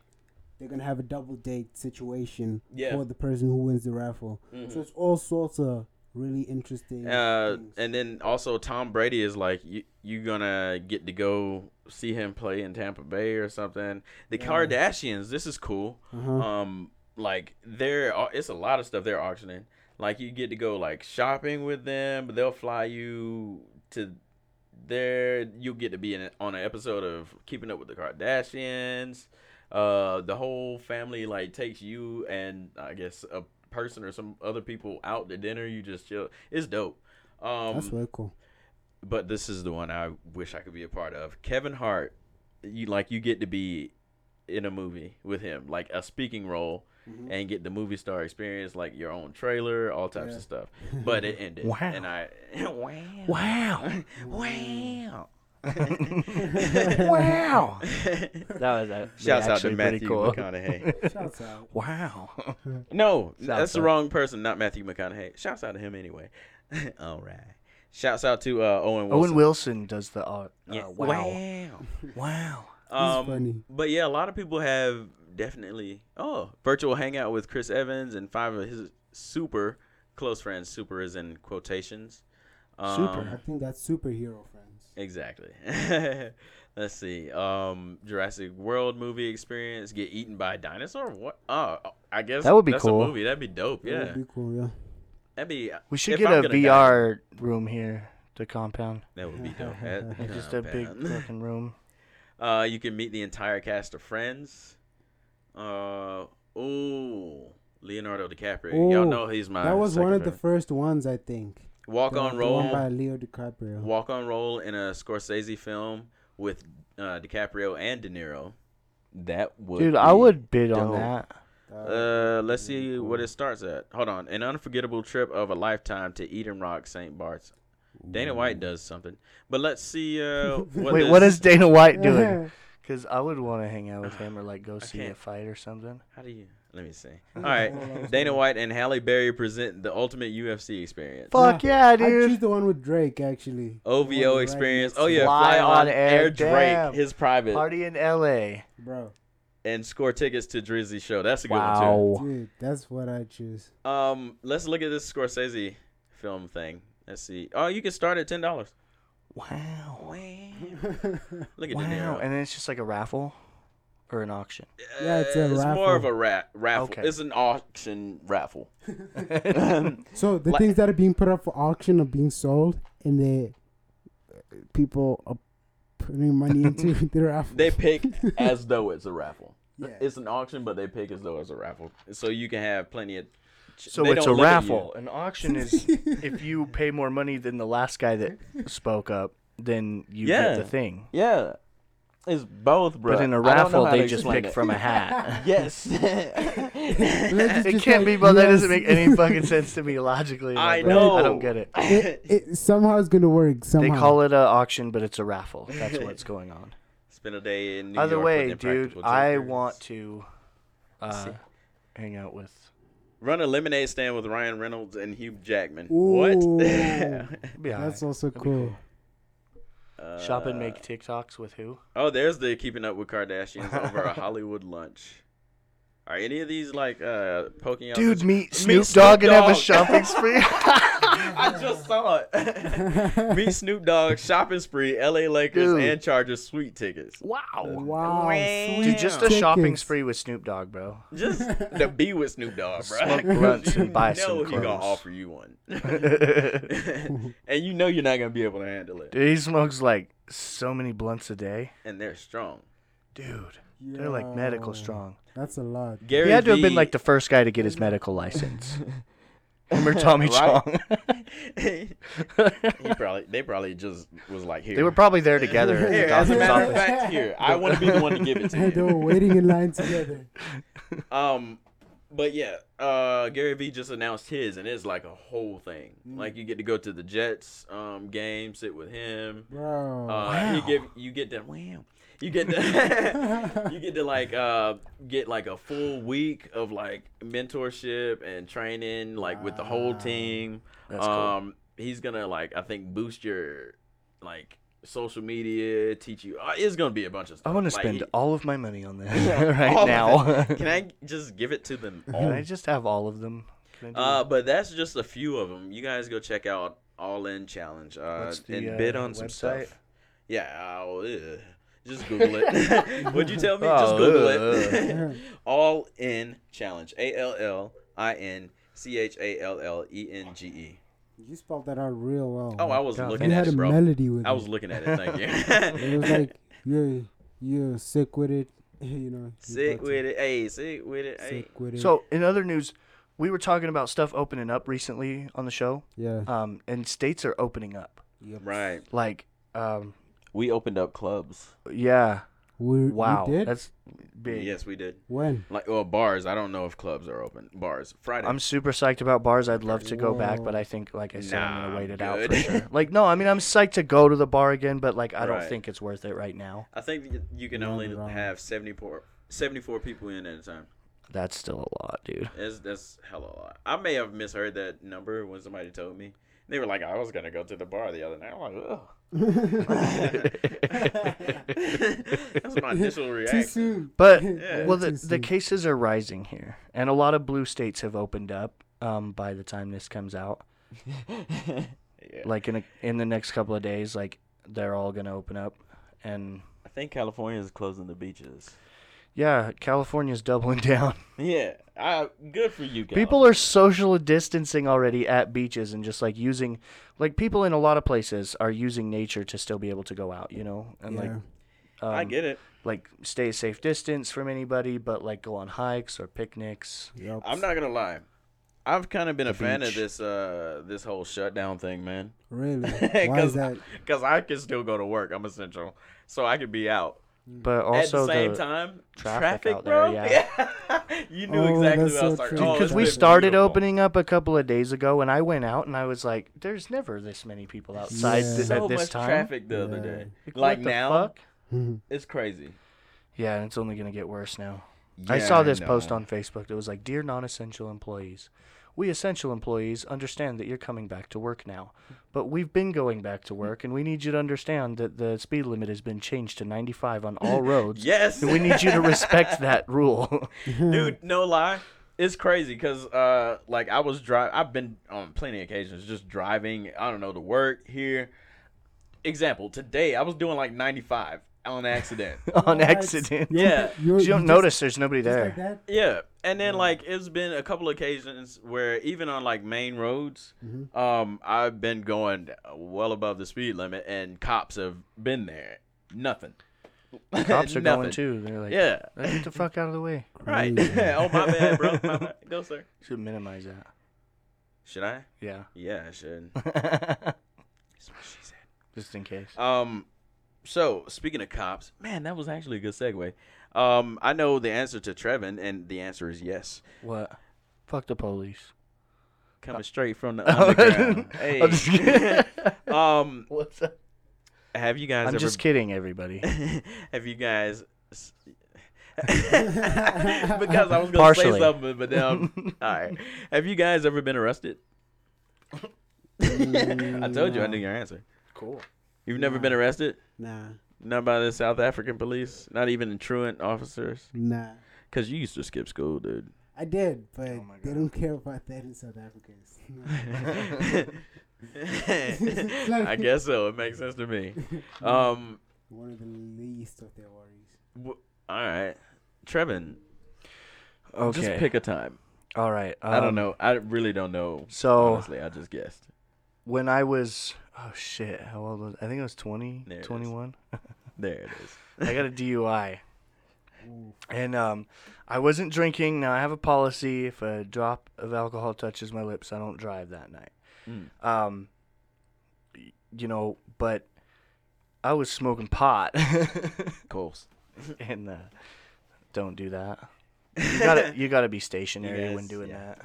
S3: they're gonna have a double date situation
S1: Yeah.
S3: for the person who wins the raffle. So it's all sorts of really interesting.
S1: Mm-hmm. Uh,
S3: things.
S1: and then also Tom Brady is like you you gonna get to go see him play in Tampa Bay or something. The
S3: Yeah.
S1: Kardashians, this is cool.
S3: uh-huh.
S1: Um, like they're au- it's a lot of stuff they're auctioning. Like you get to go like shopping with them. but They'll fly you to there. You'll get to be in a, on an episode of Keeping Up with the Kardashians. Uh, the whole family like takes you and I guess a person or some other people out to dinner. You just chill. It's dope. Um,
S3: That's really cool.
S1: but this is the one I wish I could be a part of. Kevin Hart, you like you get to be in a movie with him, like a speaking role, and get the movie star experience, like your own trailer, all types
S3: Yeah.
S1: of stuff. But it ended,
S2: Wow.
S1: and I wow,
S2: Wow.
S1: wow.
S2: wow. That was a,
S1: Shouts out to
S2: actually pretty
S1: Matthew
S2: cool.
S1: McConaughey.
S3: Shouts out.
S2: Wow.
S1: No,
S2: Shouts
S1: that's the
S2: out.
S1: wrong person, not Matthew McConaughey. Shouts out to him anyway. all right. Shouts out to uh, Owen Wilson.
S2: Owen Wilson does the uh,
S1: Yeah.
S2: uh, wow.
S1: wow.
S2: Wow.
S3: He's
S1: Um,
S3: funny.
S1: But yeah, a lot of people have definitely oh virtual hangout with Chris Evans and five of his super close friends. Super is in quotations.
S3: I
S1: Um,
S3: think that's superhero friends.
S1: Exactly. Let's see. Um, Jurassic World movie experience. Get eaten by a dinosaur. What? Oh, I guess
S2: That would be
S1: that's
S2: cool.
S1: A movie that'd be dope.
S3: That would
S1: Yeah,
S3: be cool. Yeah.
S1: that'd be.
S2: We should
S1: if
S2: get
S1: I'm
S2: a
S1: gonna die,
S2: VR room here to compound.
S1: that would be dope. That-
S2: Like, just a big
S1: man.
S2: fucking room.
S1: Uh, you can meet the entire cast of Friends. Uh, ooh, Leonardo DiCaprio. Y'all
S3: Ooh,
S1: know he's my.
S3: that was
S1: second
S3: one of the
S1: favorite.
S3: first ones, I think.
S1: walk
S3: The-
S1: on
S3: the one
S1: roll.
S3: by Leo DiCaprio.
S1: Walk on roll in a Scorsese film with uh, DiCaprio and De Niro. That would.
S2: Dude, I
S1: be-
S2: would bid on
S1: dope.
S2: that.
S1: Uh,
S3: That would be
S1: let's
S3: really
S1: see
S3: cool.
S1: what it starts at. Hold on, an unforgettable trip of a lifetime to Eden Rock, St. Bart's. Dana White does something, but let's see. Uh, what
S2: Wait,
S1: this-
S2: what is Dana White doing? Because I would want to hang out with him or like go see a
S1: can't.
S2: fight or something.
S1: How do you? Let me see. All right, Dana White and Halle Berry present the ultimate UFC experience.
S2: Fuck yeah,
S3: I choose
S2: dude.
S3: the one with Drake actually. The one
S1: OVO
S3: with
S1: experience.
S3: Drake
S1: Oh yeah,
S2: Fly
S1: fly,
S2: on
S1: on,
S2: air,
S1: air,
S2: damn.
S1: Drake, his private,
S2: Party in L.A.
S3: next- bro,
S1: and score tickets to Drizzy show. That's a good one
S2: Wow.
S3: dude, that's what I choose.
S1: too. Um, let's look at this Scorsese film thing. Let's see. Oh, you can start at ten dollars.
S2: Wow.
S1: Look at De
S2: Wow.
S1: Niro.
S2: And then it's just like a raffle or an auction.
S3: Yeah, it's a
S1: Uh, it's
S3: raffle.
S1: more of a ra- raffle.
S2: Okay.
S1: It's an auction raffle.
S3: So the
S1: Like-
S3: things that are being put up for auction are being sold, and the people are putting money into their raffle.
S1: They pick as though it's a raffle.
S3: Yeah.
S1: It's an auction, but they pick as though it's a raffle. So you can have plenty of.
S2: So
S1: they
S2: it's a
S1: don't look at you.
S2: raffle. An auction is if you pay more money than the last guy that spoke up, then you
S1: Yeah.
S2: get the thing.
S1: Yeah, it's both, bro.
S2: But in a raffle, they just pick from a hat.
S1: Yes.
S3: Let's
S2: it
S3: just
S2: can't
S3: like,
S2: be, but that doesn't
S3: yes.
S2: make any fucking sense to me logically.
S1: I
S2: Like, that- I
S1: know.
S2: don't get it.
S3: It, it somehow it's gonna work somehow.
S2: They call it an auction, but it's a raffle. That's what's going on.
S1: Spend a day in New
S2: Either
S1: York
S2: way,
S1: with
S2: dude,
S1: Impractical
S2: I
S1: Jokers.
S2: want to uh,
S1: See.
S2: hang out with.
S1: run a lemonade stand with Ryan Reynolds and Hugh Jackman.
S3: Ooh.
S1: What?
S2: Be all
S3: That's
S2: right.
S3: also
S2: That'd be
S3: cool.
S1: Uh,
S2: Shop and make TikToks with who?
S1: Oh, there's the keeping up with Kardashians over a Hollywood lunch. Are any of these like uh poking out?
S2: Dude,
S1: the-
S2: meet Snoop,
S1: Snoop
S2: Dogg and have a
S1: Dogg.
S2: shopping spree.
S1: I just saw it. Meet Snoop Dogg shopping spree, L.A. Lakers
S2: Dude.
S1: and Chargers sweet tickets.
S2: wow.
S3: Wow,
S1: Wah.
S2: Dude,
S3: sweet
S2: just a
S3: tickets.
S2: shopping spree with Snoop Dogg, bro.
S1: Just to be with Snoop Dogg, bro.
S2: Smoke blunts
S1: You
S2: and buy
S1: know
S2: some
S1: he gonna
S2: clothes.
S1: offer you one,
S2: Dude,
S1: and you know you're not gonna be able to handle it.
S2: he smokes like so many blunts a day.
S1: And they're strong.
S2: Dude, they're like medical
S3: Yo,
S2: strong.
S3: That's a lot.
S1: Gary
S2: He had to have been
S1: V-
S2: like the first guy to get his medical license. Him or Tommy Chong.
S1: he probably they probably just was like here.
S2: they were probably there together in the
S1: here, as a
S2: doctor's
S1: matter of
S2: office.
S1: fact, here. I want to be the one to give it to
S3: Hey, they
S1: you.
S3: were waiting in line together.
S1: Um, but yeah, uh, Gary Vee just announced his, and it's like a whole thing.
S2: Mm.
S1: Like you get to go to the Jets um game, sit with him.
S2: Oh,
S3: Bro.
S1: Uh, You give you get to wham. You get to you get to like uh get like a full week of like mentorship and training like with the whole team.
S2: That's cool.
S1: um, he's gonna like I think boost your like social media, teach you. Uh, it's gonna be a bunch of
S2: I
S1: stuff.
S2: want to
S1: Like,
S2: spend
S1: he-
S2: all of my money on this
S1: Yeah, all
S2: right
S1: of
S2: now.
S1: Can I just give it to them all?
S2: Can I just have all of them? Can I do
S1: Uh,
S2: that?
S1: but that's just a few of them. You guys go check out All In Challenge uh,
S2: What's the,
S1: and
S2: uh,
S1: bid on some
S2: website?
S1: stuff. Yeah, oh, ugh. just Google it. What'd you tell me? just
S2: Oh,
S1: Google
S3: ugh.
S1: it. All In Challenge. A L L I N C H A L L E N G E.
S3: You spelled that out real well.
S1: Oh, I was
S2: God,
S1: looking
S3: You
S1: at
S3: had a
S1: it, bro.
S3: melody with
S1: I was
S3: it.
S1: looking at it. Thank
S3: It was
S1: you.
S3: like you're you're sick with it. You know. you
S1: Sick
S3: got
S1: with it, hey. Sick with it,
S3: to-
S1: hey.
S3: Sick with it.
S2: So, in other news, we were talking about stuff opening up recently on the show,
S3: yeah.
S2: um, and states are opening up.
S3: Yep.
S1: Right.
S2: Like, um,
S1: We opened up clubs.
S2: yeah,
S3: We,
S2: wow,
S3: We did.
S2: that's big.
S1: Yes, we did.
S3: when?
S1: Like, well, bars. I don't know if clubs are open. Bars Friday.
S2: I'm super psyched about bars. I'd love to go back, but
S3: Whoa.
S2: I think, like I said, I'm
S1: Nah,
S2: gonna wait it
S1: I'm
S2: out for
S1: good.
S2: sure. Like, no, I mean, I'm psyched to go to the bar again, but like, I don't
S1: Right.
S2: think it's worth it right now.
S1: I think you- you can
S3: You're on
S1: only
S3: the wrong-
S1: have 74, 74 people in at a time.
S2: That's still a lot, dude.
S1: That's that's hella a lot. I may have misheard that number when somebody told me. They were like, I was gonna go to the bar the other night. I'm like, ugh. that's my initial
S3: Too
S1: reaction.
S3: soon.
S2: But
S1: Yeah.
S2: well, the,
S3: Too
S2: the
S3: soon.
S2: cases are rising here, and a lot of blue states have opened up. Um, by the time this comes out,
S1: yeah.
S2: like in a, in the next couple of days, like they're all gonna open up, and
S1: I think California is closing the beaches.
S2: yeah, California's doubling down.
S1: Yeah. I, good for you guys.
S2: People are social distancing already at beaches and just like using, like people in a lot of places are using nature to still be able to go out, you know, and like
S3: yeah.
S2: um,
S1: I get it.
S2: like stay a safe distance from anybody, but like go on hikes or picnics.
S3: Yup.
S1: I'm not gonna lie. I've kind of been a
S2: The
S1: fan
S2: beach.
S1: of this uh this whole shutdown thing, man.
S3: really. Why
S1: Because
S3: is that?
S1: I can still go to work. I'm essential, so I could be out.
S2: But also
S1: Mm. At the same
S2: the-
S1: time,
S2: traffic
S1: traffic,
S2: out there,
S1: bro. yeah. you knew
S3: Oh,
S1: exactly
S3: that's
S1: what I was talking
S3: so true.
S1: about.
S3: Dude,
S2: because
S3: it's
S2: we
S3: been
S2: started opening up a couple of days ago, and I went out and I was like, "There's never this many people outside
S3: Yeah.
S2: th-
S1: so
S2: at this
S1: much
S2: time."
S1: traffic the other
S3: Yeah.
S1: day.
S2: Like,
S1: Like
S2: what the
S1: now,
S2: fuck?
S1: it's crazy.
S2: yeah, and it's only gonna get worse now. I saw this post on Facebook that was like, "Dear non-essential employees, we essential employees understand that you're coming back to work now, but we've been going back to work, and we need you to understand that the speed limit has been changed to 95 on all roads.
S1: Yes,
S2: and we need you to respect that rule."
S1: dude. No lie, it's crazy because uh, like I was driving. I've been on plenty of occasions just driving. I don't know to work here. Example today, I was doing like 95 on accident.
S2: on
S3: What?
S2: accident.
S3: You're-
S1: Yeah.
S2: You
S3: you're-
S2: don't
S3: just-
S2: notice there's nobody
S3: just
S2: there.
S3: like that?
S1: Yeah, and then like it's been a couple occasions where even on like main roads,
S3: Mm-hmm.
S1: um, I've been going well above the speed limit, and cops have been there. Nothing.
S2: Cops
S1: Nothing.
S2: are going too. They're like,
S1: Yeah.
S2: "Hey, get the fuck out of the way.
S1: Right.
S3: Crazy.
S1: oh my bad, bro. My bad. Go, sir.
S2: Should minimize that.
S1: Should I?
S2: Yeah.
S1: Yeah, I should. That's what she said.
S2: Just in case.
S1: Um, so speaking of cops, man, that was actually a good segue. Um, I know the answer to Trevin, and the answer is yes.
S2: What? Fuck the police.
S1: Coming straight from the underground. hey.
S2: Uh, oh, I'm just kidding.
S1: um,
S2: What's up?
S1: have you guys
S2: I'm
S1: ever
S2: just kidding, everybody.
S1: have you guys s- because I was gonna
S2: Partially.
S1: say something, but then I'm- all right. Have you guys ever been arrested? I told you I knew your answer.
S2: Cool.
S1: You've never been arrested?
S3: Nah.
S1: Not by the South African police? Not even truant officers?
S3: Nah.
S1: Because you used to skip school, dude.
S3: I did, but
S2: Oh my
S3: they
S2: God.
S3: don't care about that in South Africa. It's not-
S1: I guess so. It makes sense to me. Um,
S3: One of the least of their worries.
S1: w- all right. Trevin,
S2: Okay.
S1: just pick a time.
S2: All right.
S1: I don't
S2: um,
S1: know. I really don't know.
S2: So
S1: Honestly, I just guessed.
S2: when I was, oh shit, how old was I? think I was 20,
S1: There it is.
S2: 21.
S1: There it is.
S2: I got a DUI.
S3: Ooh.
S2: And um, I wasn't drinking. Now I have a policy: if a drop of alcohol touches my lips, I don't drive that night.
S1: Mm.
S2: Um, y- you know, but I was smoking pot,
S1: Close.
S2: and uh, don't do that. You gotta, you gotta be stationary when
S1: guys-
S2: doing
S1: yeah.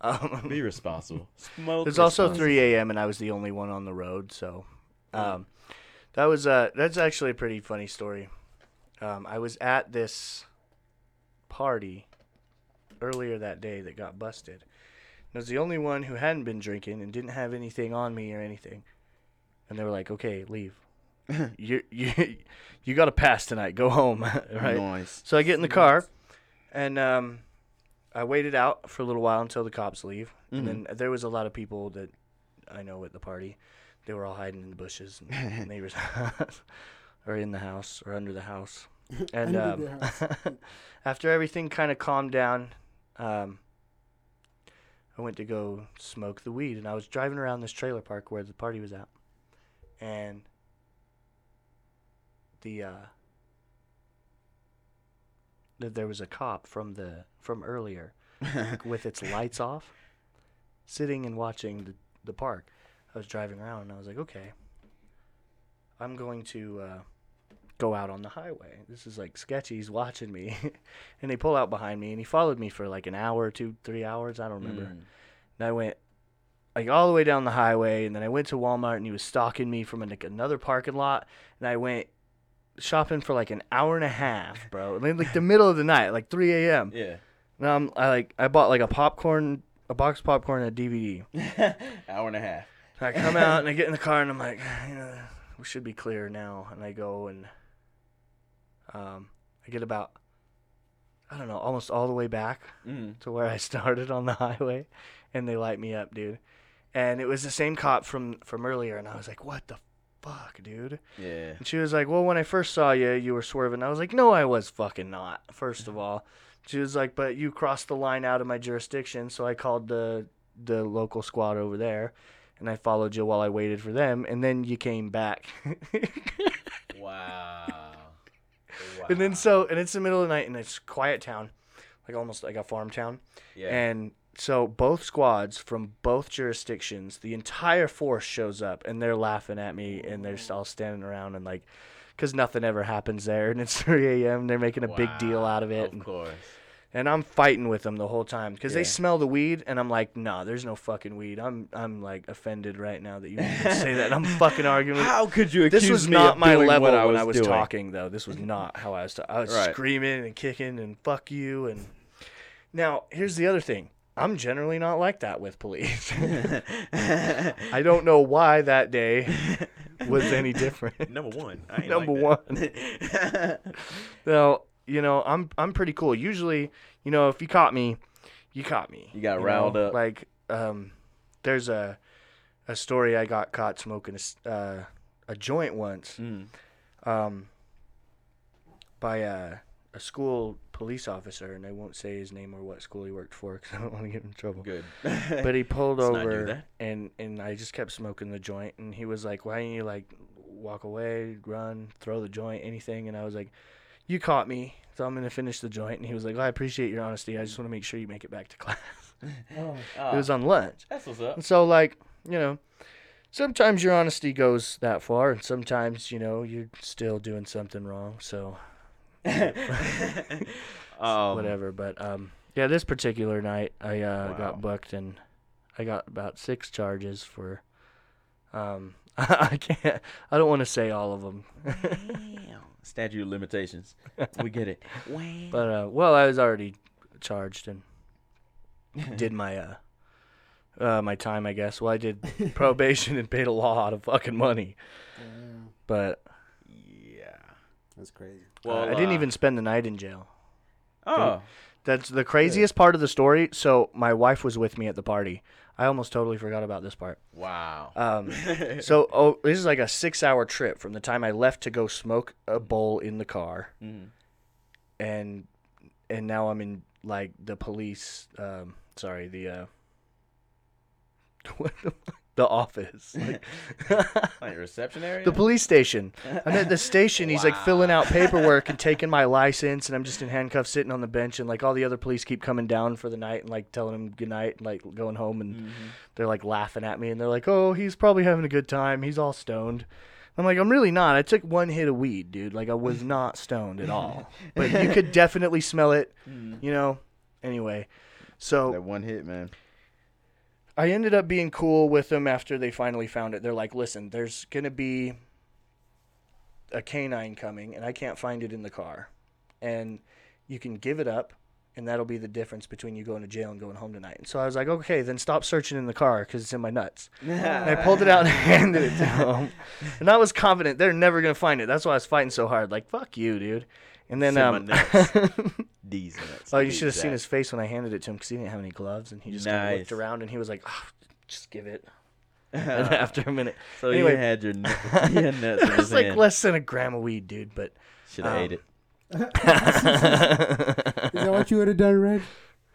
S2: that. Um,
S1: Be responsible. Smoke.
S2: It's also
S1: responsibly.
S2: 3 a.m. and I was the only one on the road, so um, that was uh, that's actually a pretty funny story. Um, I was at this party earlier that day that got busted. And I was the only one who hadn't been drinking and didn't have anything on me or anything, and they were like, "Okay, leave." you you you got a pass tonight. Go home, right?
S1: Nice.
S2: So I get in the car, and um, I waited out for a little while until the cops leave.
S1: Mm.
S3: Mm-hmm.
S2: And then there was a lot of people that I know at the party. They were all hiding in the bushes, and neighbors, or in the house, or under the house. And
S3: Under
S2: um,
S3: the house.
S2: after everything kind of calmed down, um, I went to go smoke the weed, and I was driving around this trailer park where the party was at, and the uh, th- there was a cop from the from earlier with its lights off, sitting and watching the, the park. I was driving around and I was like, okay, I'm going to uh, go out on the highway. This is like sketchy. He's watching me. and they pull out behind me and he followed me for like an hour, two, three hours. I don't remember.
S1: Mm.
S2: And I went like all the way down the highway and then I went to Walmart and he was stalking me from like another parking lot. And I went shopping for like an hour and a half, bro. And then, like the middle of the night, like 3 a.m.
S1: Yeah.
S2: No, I'm, I like I bought like a popcorn, a box of popcorn, and a DVD.
S1: Hour and a half.
S2: And I come out and I get in the car and I'm like, you know, we should be clear now. And I go and um, I get about I don't know, almost all the way back
S1: Mm.
S2: to where I started on the highway, and they light me up, dude. And it was the same cop from from earlier, and I was like, what the fuck, dude?
S1: Yeah.
S2: And she was like, Well, when I first saw you, you were swerving. I was like, No, I was fucking not, first of all. She was like, But you crossed the line out of my jurisdiction. So I called the, the local squad over there and I followed you while I waited for them. And then you came back.
S1: Wow.
S2: and then so, and it's the middle of the night and it's quiet town, like almost like a farm town.
S1: Yeah.
S2: And so both squads from both jurisdictions, the entire force shows up and they're laughing at me and they're all standing around and like, because nothing ever happens there and it's 3 a.m. They're making a big deal out of it.
S1: Of
S2: And,
S1: course.
S2: and I'm fighting with them the whole time because
S1: Yeah.
S2: they smell the weed and I'm like, nah, there's no fucking weed. I'm I'm like offended right now that you even say that. I'm fucking arguing.
S1: How could you accuse
S2: This was
S1: me
S2: not
S1: of
S2: my
S1: doing
S2: level
S1: what I
S2: when
S1: was
S2: I was
S1: doing?
S2: talking, though. This was not how I was talking. I was
S1: Right.
S2: screaming and kicking and fuck you. And now here's the other thing. I'm generally not like that with police. I don't know why that day was any different.
S1: Number one. I ain't
S2: Number
S1: like one.
S2: Now, you know, I'm I'm pretty cool. Usually, you know, if you caught me, you caught me.
S1: You got
S2: know?
S1: riled up.
S2: Like, um, there's a a story I got caught smoking a s- uh, a joint once.
S1: Mm.
S2: um, by a, a school police officer, and I won't say his name or what school he worked for because I don't want to get in trouble.
S1: Good.
S2: But he pulled
S1: Let's not do
S2: over,
S1: that.
S2: and and I just kept smoking the joint, and he was like, "Why don't you like walk away, run, throw the joint, anything?" And I was like, "You caught me, so I'm gonna finish the joint." And he was like, "Well, "I appreciate your honesty. I just want to make sure you make it back to class."
S3: Oh,
S1: Ah,
S2: It was on lunch.
S1: that's what's up.
S2: And so, like, you know, sometimes your honesty goes that far, and sometimes, you know, you're still doing something wrong. So,
S1: Um,
S2: whatever. But, um, yeah, this particular night, I uh,
S1: Wow.
S2: got booked and I got about six charges for. Um, I can't. I don't want to say all of them,
S1: Damn. Statute of limitations. We get it.
S2: but uh, well, I was already charged and
S1: Mm-hmm.
S2: did my uh, uh, my time, I guess. Well, I did probation and paid a lot of fucking money,
S3: damn.
S2: but
S1: yeah.
S3: That's crazy.
S2: Uh, I didn't even spend the night in jail.
S1: Oh.
S2: That's the craziest part of the story. So my wife was with me at the party. I almost totally forgot about this part.
S1: Wow.
S2: Um, so oh, this is like a six-hour trip from the time I left to go smoke a bowl in the car,
S1: Mm.
S2: and and now I'm in like the police. Um, sorry, the uh, what the, fuck? the office, like,
S1: Like reception area.
S2: the police station. I'm at the station. He's like filling out paperwork and taking my license, and I'm just in handcuffs sitting on the bench, and like all the other police keep coming down for the night and like telling him good night and like going home, and they're like laughing at me, and they're like, "Oh, he's probably having a good time. He's all stoned." I'm like, I'm really not. I took one hit of weed, dude. Like I was not stoned at all, but you could definitely smell it, you know. Anyway, so
S1: that one hit, man.
S2: I ended up being cool with them after they finally found it. They're like, listen, there's going to be a canine coming, and I can't find it in the car. And you can give it up, and that'll be the difference between you going to jail and going home tonight. And so I was like, okay, then stop searching in the car because it's in my nuts. And I pulled it out and handed it to him, and I was confident they're never gonna find it. That's why I was fighting so hard. Like, fuck you, dude. And
S1: It's
S2: then
S1: in
S2: um,
S1: my nuts. These nuts.
S2: oh, you
S1: These
S2: should have seen
S1: nuts.
S2: his face when I handed it to him because he didn't have any gloves, and he just kinda
S1: Nice.
S2: looked around and he was like, "Ah, just give it. And after a minute,
S1: so
S2: anyway.
S1: you had your, nu- you had nuts in
S2: it was
S1: his
S2: like
S1: hand.
S2: less than a gram of weed, dude. But
S1: Should have
S2: um,
S1: ate it.
S3: Is that what you would have done, Reg?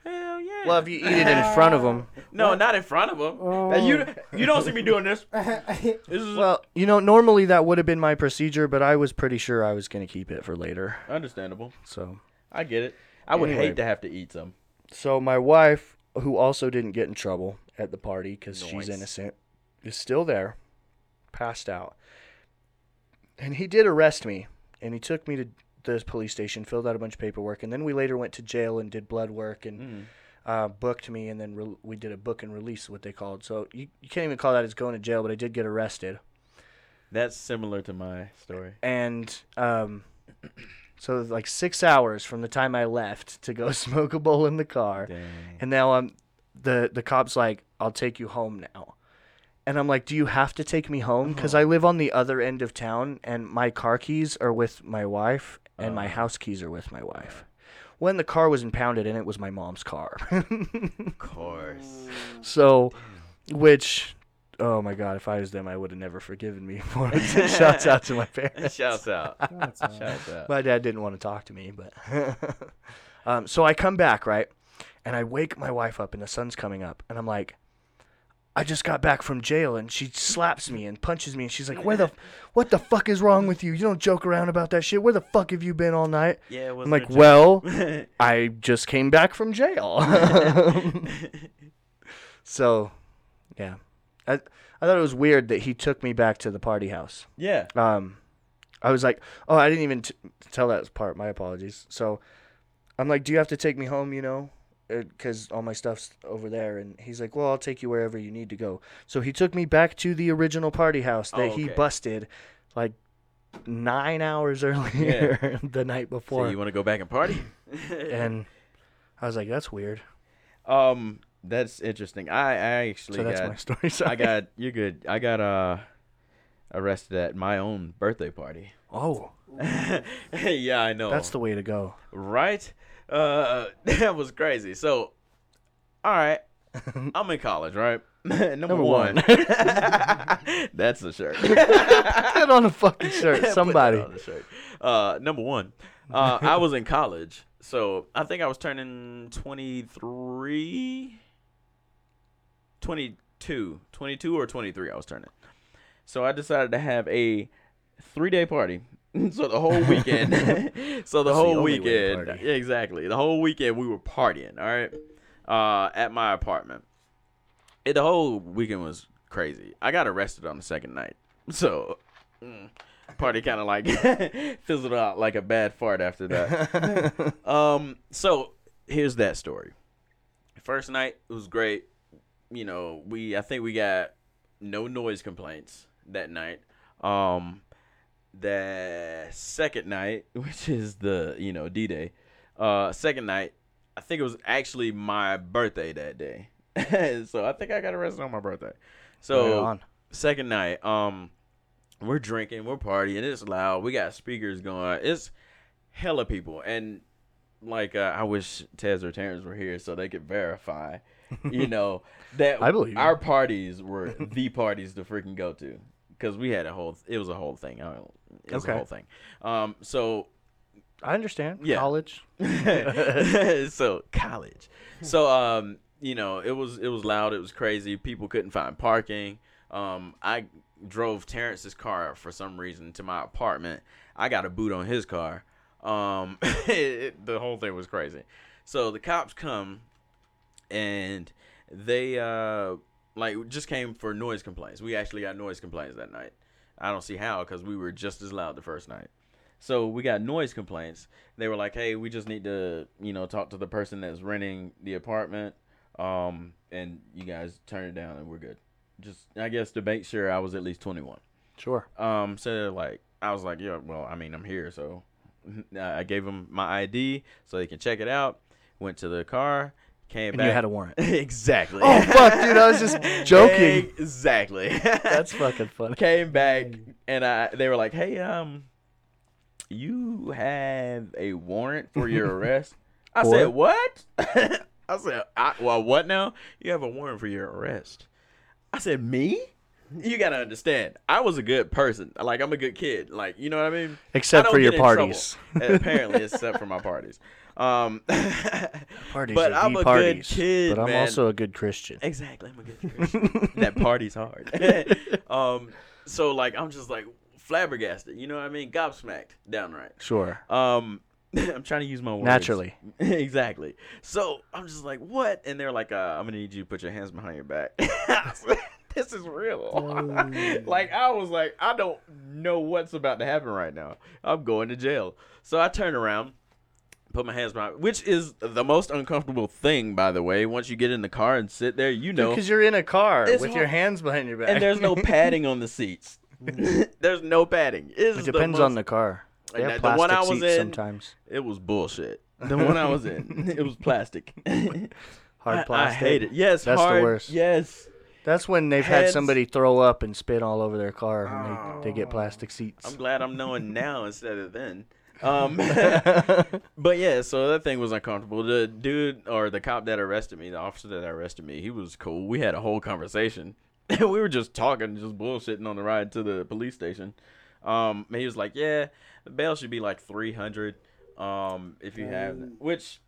S1: Hell yeah.
S2: well, if you eat it in front of them,
S1: no, not in front of him.
S2: Oh.
S1: Now, You you don't see me doing this. This is
S2: well, you know, normally that would have been my procedure, but I was pretty sure I was gonna keep it for later.
S1: understandable.
S2: So,
S1: I get it. I would
S2: Anyway.
S1: hate to have to eat some.
S2: so my wife, who also didn't get in trouble at the party because she's
S1: Nice.
S2: innocent, is still there, passed out, and he did arrest me, and he took me to the police station, filled out a bunch of paperwork, and then we later went to jail and did blood work and.
S1: Mm.
S2: uh, booked me, and then re- we did a book and release, what they called. So you, you can't even call that as going to jail, but I did get arrested.
S1: That's similar to my story.
S2: And um, so, like six hours from the time I left to go smoke a bowl in the car.
S1: Dang.
S2: And now I'm the the cop's like, "I'll take you home now," and I'm like, "Do you have to take me home? Because I live on the other end of town, and my car keys are with my wife, and my
S1: Uh.
S2: house keys are with my wife." When the car was impounded, and it was my mom's car.
S1: Of course.
S2: So, which, oh my God, if I was them, I would have never forgiven me for it. Shouts out to my parents.
S1: Shouts out.
S3: That's all.
S1: Shouts out.
S2: My dad didn't want to talk to me, but. um, so I come back, right? And I wake my wife up, and the sun's coming up, and I'm like, I just got back from jail, and she slaps me and punches me, and she's like, "Where the, what the fuck is wrong with you? You don't joke around about that shit. Where the fuck have you been all night?"
S1: Yeah, it
S2: I'm
S1: was
S2: like, "Well, I just came back from jail." So, yeah, I I thought it was weird that he took me back to the party house.
S1: yeah.
S2: Um, I was like, oh, I didn't even t- tell that part. My apologies. So, I'm like, do you have to take me home? You know, because all my stuff's over there. And he's like, well, I'll take you wherever you need to go. So he took me back to the original party house that
S1: Oh,
S2: he
S1: okay.
S2: busted, like nine hours earlier the night
S1: So
S2: before.
S1: you want to go back and party?
S2: and I was like, that's weird.
S1: um, that's interesting. I I actually
S2: So that's
S1: got
S2: my story. Sorry.
S1: I got you're good. I got uh arrested at my own birthday party.
S2: Oh,
S1: yeah, I know.
S2: that's the way to go.
S1: right. Uh, that was crazy. So, all right, I'm in college, right? Number, one. That's the shirt.
S2: Put on a fucking shirt.
S1: Put
S2: Somebody.
S1: that on the shirt. Uh, number one, uh, I was in college, so I think I was turning 23, 22, 22 or 23. I was turning. So I decided to have a three day party. so the whole weekend, so the whole
S2: only way to
S1: weekend,
S2: party.
S1: yeah, exactly. The whole weekend we were partying. All right, uh, at my apartment. It, the whole weekend was crazy. I got arrested on the second night, so mm, party kind of like fizzled out like a bad fart after that. um, so here's that story. First night it was great. You know, we I think we got no noise complaints that night. Um, the second night, which is the you know D Day, uh, second night, I think it was actually my birthday that day. so I think I got arrested on my birthday. So
S2: Right on.
S1: second night, um, we're drinking, we're partying, it's loud. We got speakers going. It's hella people, and like uh, I wish Tez or Terrence were here so they could verify, you know, that
S2: I believe you.
S1: our parties were the parties to freaking go to because we had a whole. It was a whole thing. I don't- It was
S2: Okay.
S1: a whole thing. Um, so
S2: I understand.
S1: Yeah.
S2: College.
S1: so college. So um, you know, it was it was loud, it was crazy. People couldn't find parking. Um, I drove Terrence's car for some reason to my apartment. I got a boot on his car. Um, it, it- the whole thing was crazy. So the cops come, and they uh like just came for noise complaints. We actually got noise complaints that night. I don't see how because we were just as loud the first night. So we got noise complaints. They were like, "Hey, we just need to, you know, talk to the person that's renting the apartment, um, and you guys turn it down, and we're good." Just, I guess, to make sure I was at least twenty-one.
S2: Sure.
S1: Um, so they're like, I was like, yeah, well, I mean, I'm here, so I I gave them my ID so they can check it out. went to the car, came
S2: And
S1: back.
S2: you had a warrant.
S1: exactly.
S2: Oh, fuck, dude, I was just joking.
S1: Exactly.
S2: That's fucking funny.
S1: came back and I they were like, "Hey, um you have a warrant for your arrest?" I said, "What?" I said, I, "Well, what now? You have a warrant for your arrest." I said, "Me?" You got to understand. I was a good person. Like I'm a good kid. Like, you know what I mean?
S2: Except
S1: I
S2: for
S1: don't
S2: your
S1: get in trouble.
S2: parties.
S1: Apparently, except for my parties. Um
S2: Parties
S1: But
S2: are
S1: I'm
S2: the
S1: a good
S2: parties.
S1: kid,
S2: but I'm
S1: man.
S2: also a good Christian.
S1: Exactly, I'm a good Christian. that party's hard. um, so like I'm just like flabbergasted. You know what I mean? Gobsmacked, downright.
S2: Sure.
S1: Um, I'm trying to use my words
S2: Naturally.
S1: exactly. So I'm just like, what? And they're like, uh, I'm gonna need you to put your hands behind your back. I was like, this is real.
S3: Dang.
S1: like I was like, I don't know what's about to happen right now. I'm going to jail. So I turn around. Put my hands behind, which is the most uncomfortable thing, by the way. Once you get in the car and sit there, you know
S2: Because you're in a car
S1: It's
S2: with
S1: hard-
S2: your hands behind your back.
S1: and there's no padding on the seats. there's no padding. It's
S2: It depends
S1: the
S2: on
S1: most-
S2: the car. They
S1: And
S2: have
S1: that- the one
S2: plastic
S1: I was
S2: seats
S1: in-
S2: sometimes.
S1: It was bullshit. The one I was in, it was plastic. I-
S2: Hard plastic.
S1: I, hate it. Yes,
S2: That's the
S1: hard,
S2: worst.
S1: Yes,
S2: That's when they've had
S1: Heads.
S2: somebody throw up and spit all over their car and they, they
S1: Oh.
S2: get plastic
S1: I'm
S2: seats.
S1: glad I'm knowing now instead of then. Um, but yeah, so that thing was uncomfortable. The dude or the cop that arrested me, the officer that arrested me, he was cool. We had a whole conversation. we were just talking, just bullshitting on the ride to the police station. Um, and he was like, "Yeah, the bail should be like three hundred. Um, if you have,
S3: Dang.
S1: which,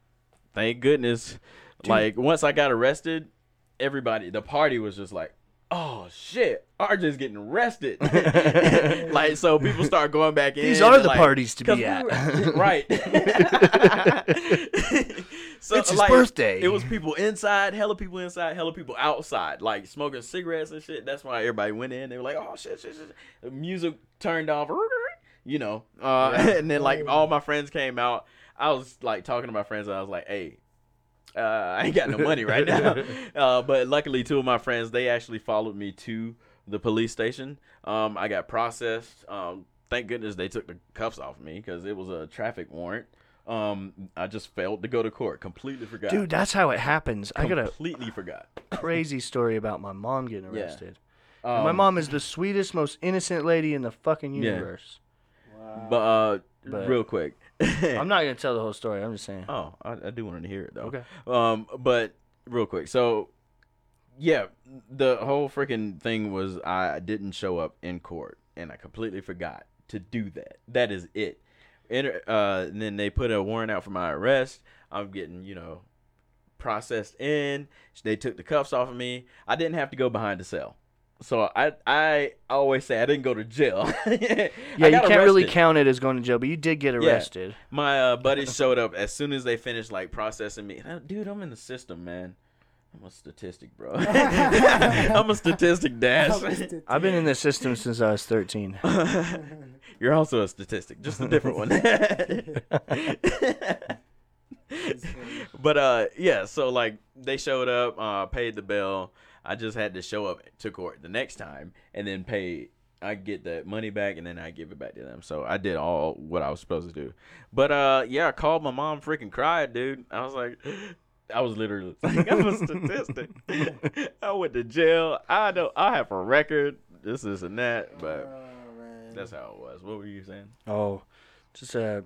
S1: thank goodness, like once I got arrested, everybody, the party was just like." Oh shit! RJ's getting arrested. like so, people start going back in.
S2: These are
S1: and,
S2: the
S1: like,
S2: parties to
S1: 'Cause
S2: be
S1: we
S2: at.
S1: were- right. so,
S2: It's his birthday.
S1: It was people inside, hella people inside, hella people outside, like smoking cigarettes and shit. That's why everybody went in. They were like, oh, shit, shit, shit. The music turned off, you know. Uh, And then, like, all my friends came out. I was, like, talking to my friends, and I was like, hey, uh, I ain't got no money right now. Uh, but luckily, two of my friends they actually followed me to the police station. Um, I got processed. Um, thank goodness they took the cuffs off me because it was a traffic warrant. Um, I just failed to go to court. Completely forgot.
S2: Dude, that's how it happens. I got a
S1: completely forgot.
S2: crazy story about my mom getting
S1: Yeah.
S2: arrested.
S1: Um,
S2: my mom is the sweetest, most innocent lady in the fucking
S1: Yeah.
S2: universe.
S3: Wow.
S1: But, uh,
S2: But-
S1: real quick.
S2: I'm not gonna tell the whole story. I'm just saying.
S1: oh, I, I do want to hear it though.
S2: Okay.
S1: Um, but real quick, so yeah, the whole freaking thing was I didn't show up in court, and I completely forgot to do that. That is it. And uh, and then they put a warrant out for my arrest. I'm getting you know processed in. They took the cuffs off of me. I didn't have to go behind the cell. So I I always say I didn't go to jail. yeah,
S2: Yeah, you can't really count it as going to jail, but you did get
S1: Yeah.
S2: arrested.
S1: my uh, buddies showed up as soon as they finished like processing me. Uh, Dude, I'm in the system, man. I'm a statistic, bro. I'm a statistic, Dash.
S2: I've been in this system since I was 13.
S1: You're also a statistic, just a different one. but uh, yeah. So like, they showed up, uh, paid the bill. I just had to show up to court the next time and then pay. I get that money back and then I give it back to them. So I did all what I was supposed to do. But uh, yeah, I called my mom, freaking cried, dude. I was like, I was literally like, I'm a statistic. I went to jail. I don't. I have a record. This, this, and that. But that's how it was. What were you saying?
S2: Oh, just uh,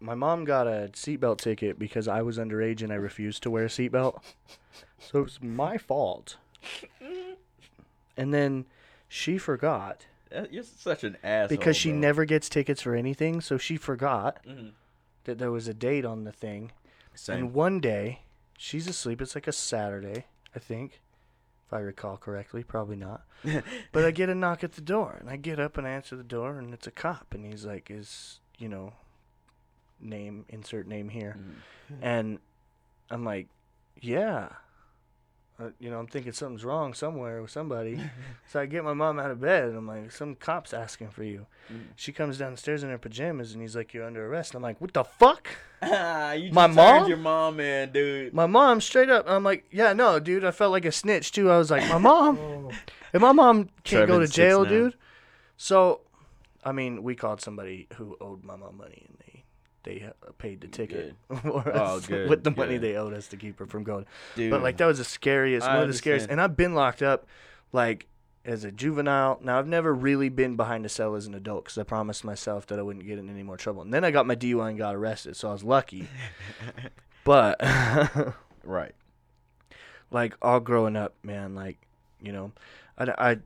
S2: my mom got a seatbelt ticket because I was underage and I refused to wear a seatbelt. So it was my fault. And then she forgot
S1: Uh, You're such an asshole.
S2: because she
S1: bro.
S2: never gets tickets for anything. So she forgot
S1: Mhm.
S2: that there was a date on the thing. And
S1: Same.
S2: one day, she's asleep. It's like a Saturday, I think, if I recall correctly. Probably not. but I get a knock at the door, and I get up and I answer the door, and it's a cop, and he's like, "Is you know, name insert name here,"
S1: Mm-hmm.
S2: and I'm like, "Yeah." Uh, you know, I'm thinking something's wrong somewhere with somebody. so I get my mom out of bed and I'm like, some cop's asking for you. She comes downstairs in her pajamas and he's like, you're under arrest. I'm like, what the fuck?
S1: Ah, you just
S2: My
S1: turned
S2: mom?
S1: Your mom, man, dude.
S2: my mom straight up i'm like yeah no dude i felt like a snitch too i was like my mom
S3: Oh,
S2: and my mom can't go
S1: Trevin
S2: to
S1: sits
S2: jail
S1: down.
S2: dude so i mean we called somebody who owed my mom money and they they uh, paid the ticket
S1: Oh,
S2: for us
S1: good,
S2: with the money
S1: good.
S2: they owed us to keep her from going.
S1: Dude.
S2: But like that was the scariest,
S1: I
S2: one of the scariest.
S1: understand.
S2: And I've been locked up, like as a juvenile. Now I've never really been behind a cell as an adult because I promised myself that I wouldn't get in any more trouble. And then I got my DUI and got arrested, so I was lucky. but
S1: right.
S2: like all growing up, man, like you know, I, I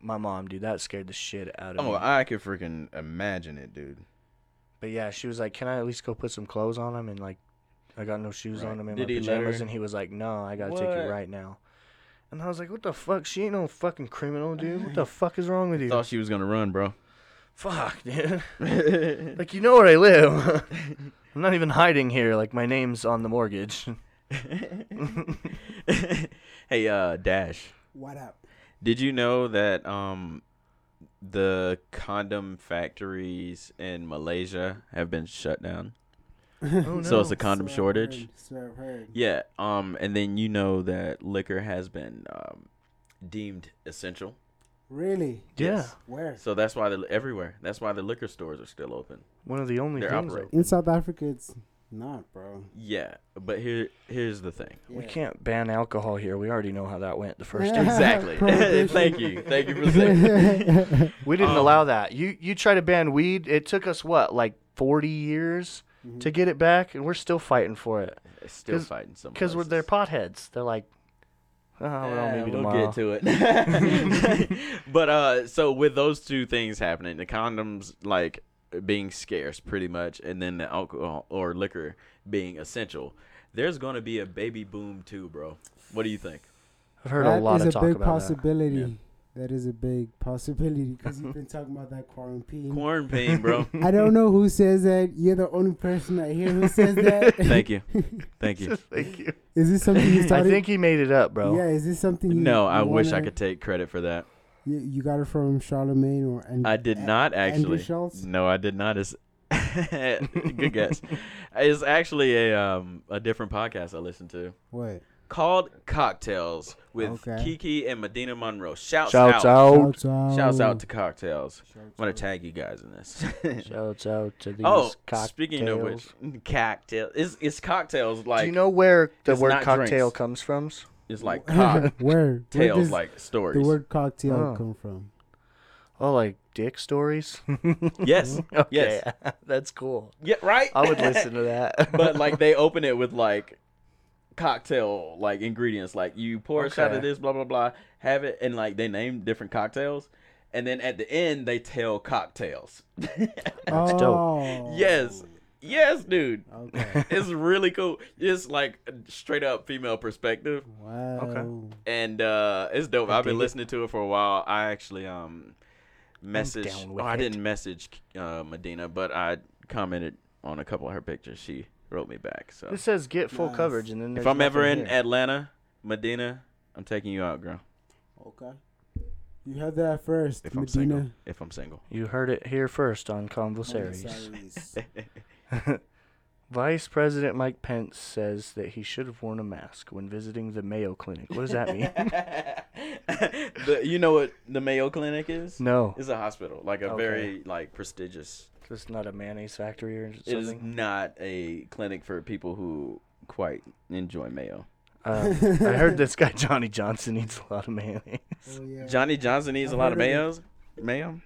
S2: my mom, dude, that scared the shit out of
S1: Oh,
S2: me.
S1: I could freaking imagine it, dude.
S2: But yeah, she was like, "Can I at least go put some clothes on him?" And like, I got no shoes
S1: Right.
S2: on him in
S1: Did
S2: my
S1: he let
S2: pajamas,
S1: her?
S2: and he was like, "No, I gotta take
S1: What?
S2: you right now." And I was like, "What the fuck? She ain't no fucking criminal, dude. What the fuck is wrong with you?
S1: Thought she was gonna run, bro.
S2: Fuck, dude.
S1: right.
S2: Like, you know where I live. I'm not even hiding here. Like, my name's on the mortgage.
S1: hey, uh, Dash.
S3: What up?
S1: Did you know that um the condom factories in Malaysia have been shut down?
S2: Oh,
S1: So it's
S2: no.
S1: a condom
S3: So I've
S1: shortage.
S3: heard, So I've heard.
S1: Yeah. Um, and then you know that liquor has been um, deemed essential.
S3: Really?
S2: yeah,
S3: Where?
S1: So that's why they're everywhere. That's why the liquor stores are still open.
S2: one of the only
S1: They're
S2: things.
S1: operating.
S3: In South Africa, it's not, bro.
S1: Yeah, but here here's the thing.
S2: We
S3: Yeah.
S2: can't ban alcohol here. We already know how that went the first time.
S1: Exactly.
S3: Prohibition.
S1: Thank you. Thank you for saying.
S2: We didn't
S1: Um,
S2: allow that. You you try to ban weed. It took us what like forty years
S3: Mhm.
S2: to get it back, and we're still fighting for it
S1: They're still
S2: 'Cause-
S1: fighting some.
S2: because we're they're
S1: places.
S2: potheads. They're like, oh, well,
S1: Yeah,
S2: maybe
S1: we'll
S2: tomorrow.
S1: get to it. but uh, so with those two things happening, the condoms like being scarce pretty much, and then the alcohol or liquor being essential, there's going to be a baby boom too, bro. What do you think?
S2: I've heard
S3: That
S2: a lot
S3: is
S2: of talk
S3: big
S2: about that.
S3: possibility. That is a big possibility because you've been talking about that quarantine.
S1: Quarantine, bro.
S3: I don't know who says that. You're the only person I hear who says that.
S1: Thank you. Thank you.
S2: Thank you.
S3: Is this something you
S2: I
S3: started?
S2: think he made it up, bro.
S3: Yeah, is this something? You,
S1: No,
S3: you
S1: I wish I
S3: wanna-
S1: could take credit for that.
S3: You, you got it from Charlemagne or and
S1: I did
S3: A-
S1: not
S3: Andrew
S1: actually.
S3: Schultz.
S1: No, I did not. It's good guess. It's actually a um a different podcast I listen to.
S3: What?
S1: called Cocktails with
S3: Okay.
S1: Kiki and Medina Monroe. Shouts, out.
S2: Shouts out.
S3: Shouts out.
S1: Oh, Shouts out to Cocktails.
S3: Shouts
S1: I'm going
S3: out.
S1: to tag you guys in this.
S2: Shouts out to these
S1: oh,
S2: cocktails.
S1: speaking of which, cocktail. It's, it's cocktails like
S2: do you know where the
S1: it's
S2: word
S1: not
S2: cocktail
S1: drinks.
S2: comes from?
S1: it's like cocktails
S3: where? Where does
S1: like stories.
S3: the word cocktail
S2: Oh.
S3: come from?
S2: Oh, like dick stories.
S1: Yes.
S2: okay,
S1: Yes.
S2: that's cool.
S1: Yeah, right?
S2: I would listen to that.
S1: but like they open it with like cocktail like ingredients like you pour a shot
S2: Okay.
S1: of this blah blah blah have it and like they name different cocktails and then at the end they tell cocktails
S2: That's dope.
S3: oh.
S1: yes yes dude
S3: Okay.
S1: it's really cool. It's like a straight up female perspective,
S3: Wow.
S1: and uh, it's dope.
S2: I
S1: I've been
S2: dig it.
S1: listening to it for a while. I actually um messaged.
S2: down with
S1: Oh, I
S2: it.
S1: didn't message uh, Medina, but I commented on a couple of her pictures. She wrote me back. So
S2: It says get full
S3: Nice.
S2: coverage, and then
S1: if
S2: there's
S1: I'm ever in
S2: nothing here.
S1: Atlanta, Medina, I'm taking you out, girl.
S3: Okay. You heard that first,
S1: If I'm single,
S3: Medina.
S1: if I'm single.
S2: you heard it here first on Conversaries.
S3: Saris.
S2: Vice President Mike Pence says that he should have worn a mask when visiting the Mayo Clinic. What does that mean?
S1: the, you know what the Mayo Clinic is?
S2: no,
S1: It's a hospital, like a
S2: Okay.
S1: very like prestigious
S2: it's not a mayonnaise factory or
S1: It is
S2: something.
S1: not a clinic for people who quite enjoy mayo.
S2: Um,
S1: Uh,
S2: I heard this guy Johnny Johnson eats a lot of mayonnaise.
S3: Oh, yeah.
S1: Johnny Johnson needs a
S3: I've
S1: lot of
S3: heard
S1: mayos. Mayo.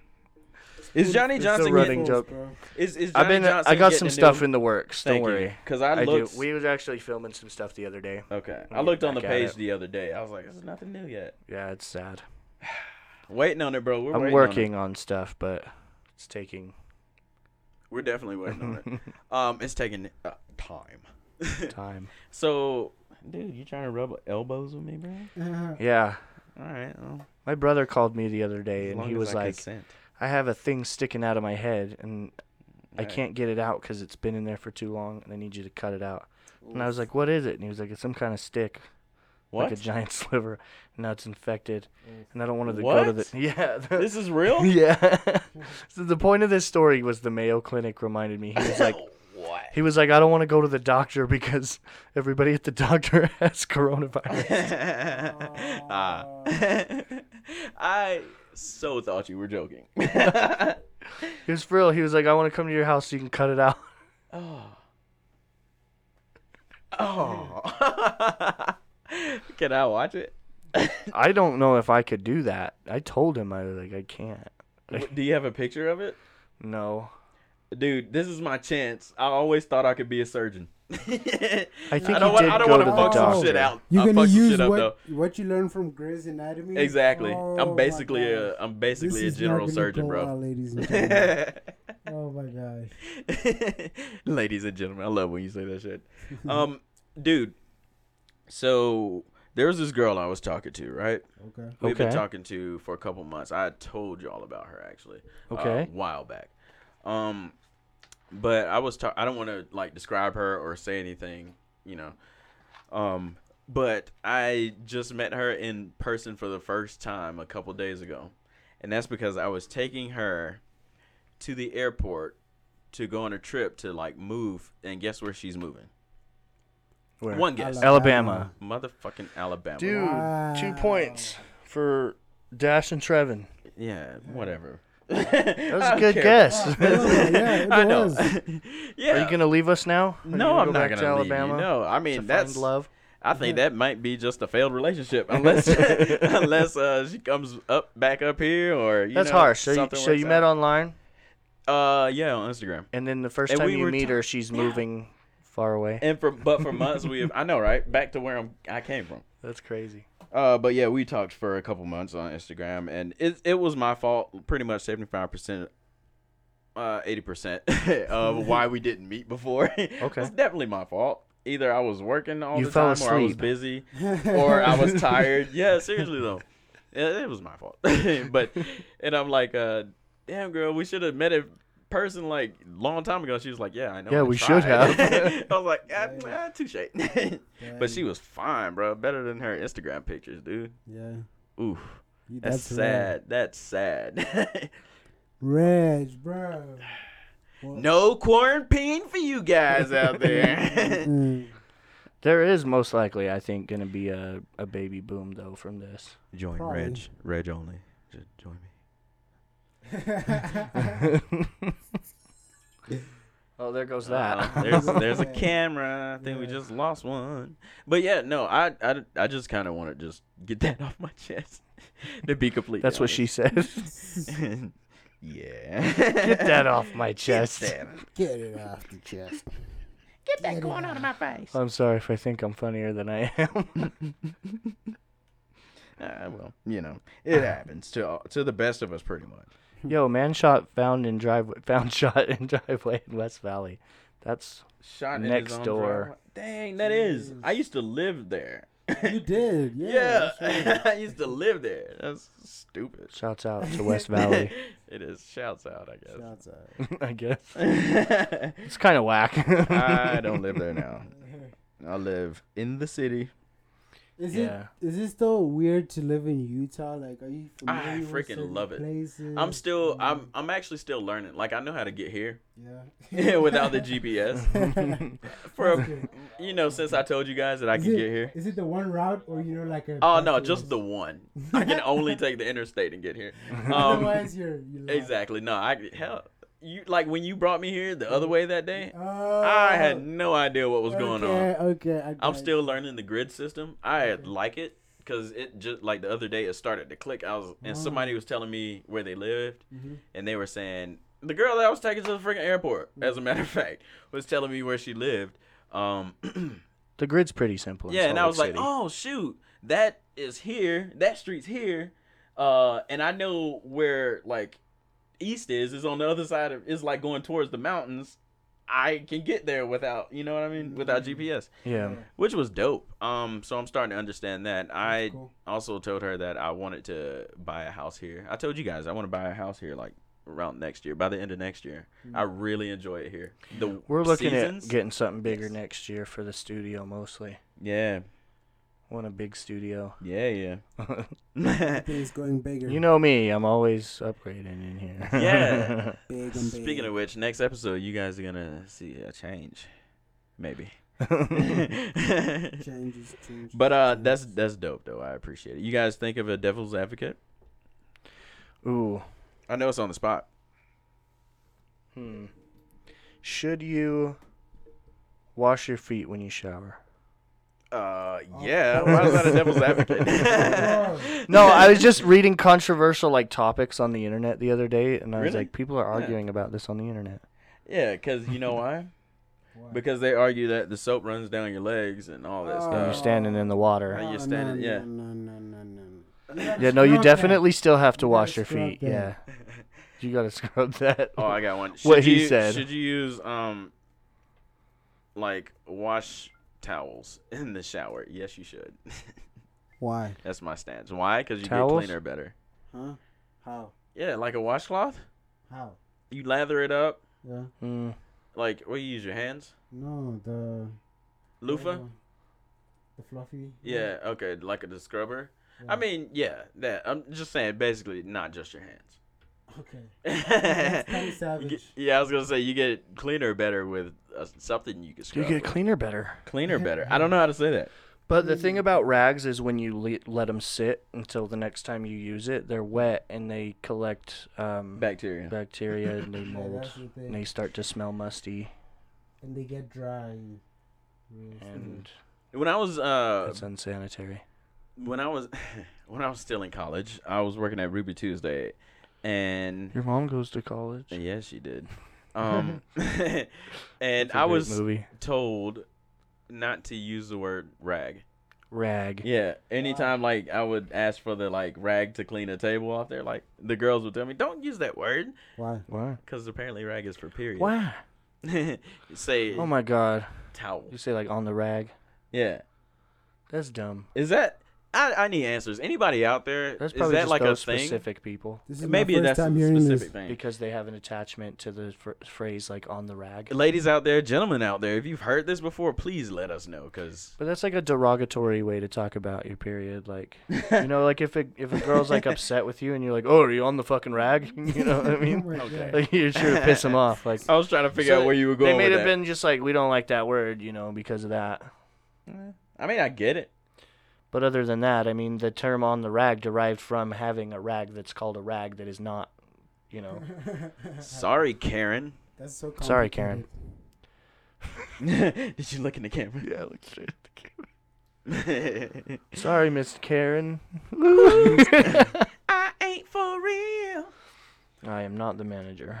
S1: Is Johnny
S2: It's still
S1: Johnson
S2: running
S1: getting,
S2: joke.
S3: Bro.
S1: is, is Johnny
S2: I've been. uh,
S1: Johnson
S2: I got
S1: getting
S2: some
S1: a
S2: stuff
S1: new,
S2: in the works. Don't worry.
S1: Because I
S2: I, do.
S1: looked.
S2: We was actually filming some stuff the other day.
S1: okay,
S2: we'll
S1: I
S2: get
S1: looked on the
S2: back at
S1: page
S2: it.
S1: the other day. I was like, "There's nothing new yet."
S2: Yeah, it's sad.
S1: Waiting on it, bro. We're
S2: I'm
S1: waiting On it.
S2: working on, stuff, but it's taking
S1: We're definitely waiting on it. Um, it's taking uh, time.
S2: time.
S1: So, dude, you trying to rub elbows with me, bro?
S3: Uh,
S2: Yeah.
S1: All right. Well,
S2: My brother called me the other
S1: as
S2: day and
S1: long
S2: he
S1: as
S2: was
S1: I
S2: like,
S1: consent.
S2: I have a thing sticking out of my head and I
S1: All right.
S2: can't get it out because it's been in there for too long and I need you to cut it out. And I was like, What is it? And he was like, It's some kind of stick,
S1: What?
S2: like a giant sliver. And now it's infected.
S3: Oof.
S2: And I don't want it to go to
S1: What?
S2: the. Yeah. the-
S1: this is real.
S2: yeah. so the point of this story was the Mayo Clinic reminded me. He was like,
S1: what?
S2: He was like, I don't want to go to the doctor because everybody at the doctor has coronavirus.
S1: Ah. I so thought you were joking.
S2: He was for real. He was like, I want to come to your house so you can cut it out.
S1: Oh. Oh. Can I watch it?
S2: I don't know if I could do that. I told him I was like, I can't.
S1: Do you have a picture of it?
S2: No.
S1: Dude, this is my chance. I always thought I could be a surgeon. I think
S2: I think
S1: I don't
S2: he
S1: want
S2: did
S1: I don't
S2: go
S1: want
S2: to
S1: to
S2: the
S1: fuck
S2: doctor.
S1: some shit out.
S3: You're
S1: I'll
S3: gonna
S1: fuck some
S3: use
S1: shit up
S3: what
S1: though.
S3: what you learned from Grey's Anatomy.
S1: Exactly.
S3: Oh
S1: I'm
S3: my
S1: basically
S3: gosh.
S1: a I'm
S3: This
S1: basically a
S3: is not
S1: general
S3: gonna
S1: surgeon,
S3: go
S1: bro.
S3: well, ladies and gentlemen. oh my gosh.
S1: Ladies and gentlemen, I love when you say that shit. Um, dude. So there was this girl I was talking to, right?
S3: Okay.
S1: We've been
S2: Okay.
S1: talking to for a couple months. I told y'all about her actually. uh,
S2: Okay.
S1: a while back. Um, but I was ta- I don't want to like describe her or say anything, you know. Um, but I just met her in person for the first time a couple days ago, and that's because I was taking her to the airport to go on a trip to like move, and guess where she's moving?
S2: Where?
S1: One guess,
S2: Alabama.
S1: motherfucking Alabama.
S2: Dude, two
S3: Wow.
S2: points for Dash and Trevin.
S1: Yeah, whatever.
S2: That was a good guess.
S3: Yeah, yeah, it
S1: I know.
S3: was.
S1: yeah.
S2: Are you gonna leave us now? Are you
S1: No, I'm
S2: go
S1: not
S2: back
S1: gonna
S2: to
S1: leave
S2: Alabama.
S1: you. No, I
S2: to
S1: mean
S2: find
S1: that's.
S2: love.
S1: I think that might be just a failed relationship, unless unless uh, she comes up back up here or you
S2: That's
S1: know,
S2: harsh. So you,
S1: something
S2: so
S1: works
S2: you met
S1: out.
S2: online,
S1: Uh, yeah, on Instagram.
S2: and then the first
S1: And
S2: time
S1: we
S2: you
S1: were
S2: meet
S1: ta-
S2: her, she's moving far away.
S1: And for but for months we have I know right back to where I'm I came from.
S2: That's crazy.
S1: Uh, but yeah, we talked for a couple months on Instagram, and it it was my fault pretty much seventy five percent, uh, eighty percent of why we didn't meet before.
S2: Okay.
S1: it's definitely my fault. Either I was working all
S2: You
S1: the
S2: fell
S1: time, or I was
S2: asleep.
S1: busy, or I was tired. Yeah, seriously though, it, it was my fault. but and I'm like, uh, damn girl, we should have met in person like long time ago. She was like, yeah, I know.
S2: Yeah,
S1: I
S2: we should
S1: tried."
S2: have.
S1: I was like, ah, ah, touche. But she was fine, bro. Better than her Instagram pictures, dude.
S3: Yeah.
S1: Oof.
S3: You-
S1: That's, sad. That's sad.
S3: Reg, Reg, bro.
S1: no quarantine for you guys out there.
S3: Mm.
S2: There is most likely, I think, gonna be a, a baby boom though from this.
S1: join
S3: Probably.
S1: Reg. Reg only. Just join me.
S2: oh, there goes that.
S1: Uh, there's there's a
S3: Yeah.
S1: camera. I think we
S3: Yeah.
S1: just lost one. But yeah, no, I I, I just kind of want to just get that off my chest. to be complete.
S2: That's what she said.
S1: yeah.
S2: Get that off my chest.
S3: Get it off the chest.
S4: Get that corn out of my face.
S2: I'm sorry if I think I'm funnier than I am.
S1: Uh, well, you know, it happens to all, to the best of us, pretty much.
S2: Yo, man shot found in driveway found shot in driveway in West Valley. That's
S1: Shot
S2: Next
S1: driveway.
S2: door.
S1: Dang, that is. I used to live there.
S3: You did, yeah.
S1: Yeah,
S3: that's right.
S1: I used to live there. That's stupid.
S2: shouts out to West Valley.
S1: it is. Shouts out, I guess.
S3: Shouts out.
S2: I guess it's kind of whack.
S1: I don't live there now. I live in the city.
S3: Is
S2: Yeah.
S3: it is it still weird to live in Utah? Like, are you
S1: I
S3: familiar? with
S1: freaking
S3: certain
S1: love it.
S3: Places?
S1: I'm still. I'm. I'm actually still learning. Like I know how to get here
S3: Yeah.
S1: without the GPS. For a,
S3: Okay.
S1: you know, since I told you guys that I
S3: Is
S1: can
S3: it-
S1: get here.
S3: Is it the one route or you know like a?
S1: Oh no,
S3: bunch of
S1: just
S3: routes?
S1: the one. I can only take the interstate and get here. Um,
S3: Otherwise, you're you
S1: exactly. No, I hell. You like when you brought me here the other way that day.
S3: Oh,
S1: I had no idea what was
S3: okay,
S1: going on.
S3: Okay, I
S1: I'm
S3: got
S1: still learning the grid system. I like it because it just like the other day it started to click. I was and somebody was telling me where they lived,
S3: Mm-hmm.
S1: and they were saying the girl that I was taking to the freaking airport, as a matter of fact, was telling me where she lived. Um,
S2: the grid's pretty simple. in
S1: yeah, and
S2: Salt
S1: I was
S2: Lake
S1: like,
S2: City.
S1: oh shoot, that is here. That street's here, uh, and I know where like east is is on the other side of is like going towards the mountains. I can get there without you know what I mean without
S2: Mm.
S1: GPS
S2: yeah.
S1: which was dope. Um, so I'm starting to understand that. I
S3: cool.
S1: also told her that I wanted to buy a house here. I told you guys I want to buy a house here, like around next year, by the end of next year. I really enjoy it here. The
S2: Mm. We're looking
S1: seasons,
S2: at getting something bigger
S1: Yes.
S2: next year for the studio mostly.
S1: yeah,
S2: Want a big studio.
S1: yeah, yeah.
S3: Things going bigger.
S2: you know me, I'm always upgrading in here.
S1: Yeah.
S3: big and big.
S1: Speaking of which, next episode you guys are gonna see a change, maybe.
S3: changes, changes.
S1: but uh, that's that's dope though. I appreciate it. You guys think of a devil's advocate?
S2: Ooh.
S1: I know it's on the spot.
S2: Hmm. Should you wash your feet when you shower? Oh.
S1: Uh, yeah. Why is that a devil's advocate?
S2: No, I was just reading controversial like topics on the internet the other day, and I was
S1: Really?
S2: like, people are
S1: Yeah.
S2: arguing about this on the internet.
S1: yeah, because you know why? Because they argue that the soap runs down your legs and all that
S3: Oh.
S2: And you're
S1: stuff.
S2: standing in the water.
S1: Right. you standing- yeah.
S3: No, no, no, no, no.
S2: Yeah, no, you
S3: Scrub that.
S2: definitely still have to
S3: You gotta
S2: wash your
S3: scrub
S2: feet.
S3: that.
S2: Yeah, you gotta scrub that.
S1: Oh, I got one. Should
S2: What he
S1: you-
S2: said.
S1: Should you use um, like wash towels in the shower? Yes, you should.
S3: Why?
S1: That's my stance. Why? Because you
S2: Towels?
S1: get cleaner better.
S3: Huh? How?
S1: Yeah, like a washcloth.
S3: How?
S1: You lather it up.
S3: Yeah.
S2: Mm.
S1: Like, what you use your hands?
S3: No, the
S1: Loofah.
S3: The fluffy.
S1: Yeah. Okay. Like a the scrubber.
S3: Yeah.
S1: I mean, yeah. That. I'm just saying. Basically, not just your hands.
S3: Okay. kinda
S1: You
S3: savage.
S1: get- yeah, I was gonna say you get cleaner better with uh, something you can
S2: You
S1: scrub.
S2: get
S1: with.
S2: cleaner better.
S1: cleaner better. I don't know how to say that.
S2: But the
S1: Mm.
S2: thing about rags is when you le- let them sit until the next time you use it, they're wet and they collect um,
S1: Bacteria.
S2: bacteria and they
S3: Yeah,
S2: mold
S3: that's the thing.
S2: and they start to smell musty.
S3: And they get dry. And real
S2: And
S1: When I was uh,
S2: it's unsanitary.
S1: when I was when I was still in college, I was working at Ruby Tuesday, and
S2: Your mom goes to college.
S1: yeah, she did. Um, and I was
S2: movie
S1: told not to use the word rag.
S2: rag.
S1: Yeah, anytime like I would ask for the like rag to clean a table off there, like the girls would tell me, "Don't use that word,"
S3: Why?
S2: Why?
S1: because apparently rag is for period.
S2: Why?
S1: Say
S2: Oh my god!
S1: towel.
S2: You say like on the rag.
S1: Yeah,
S2: That's dumb.
S1: is that? I, I need answers. Anybody out there?
S2: That's
S1: is
S2: probably
S1: that
S2: just
S1: like a
S2: those
S1: thing?
S2: specific people
S3: This is
S1: Maybe
S3: my first
S1: that's
S3: time
S1: a
S3: hearing
S1: specific
S3: this.
S1: thing.
S2: because they have an attachment to the fr- phrase like on the rag.
S1: ladies out there, gentlemen out there, if you've heard this before, please let us know because
S2: But that's like a derogatory way to talk about your period. Like, you know, like if a, if a girl's like upset with you and you're like, oh, are you on the fucking rag? you know what I mean?
S1: Okay.
S2: Like, you're sure to piss them off. Like,
S1: I was trying to figure
S2: So
S1: out where you were going.
S2: they may
S1: with
S2: have
S1: that.
S2: been just like, we don't like that word, you know, because of that.
S1: I mean, I get it.
S2: But other than that, I mean, the term on the rag derived from having a rag that's called a rag that is not, you know.
S1: Sorry, Karen.
S3: That's so
S2: Sorry, Karen.
S3: complicated.
S1: Did you look in the camera?
S2: Yeah, look straight at the camera.
S1: I
S2: Sorry, Miss Karen.
S1: ain't for real.
S2: I am not the manager.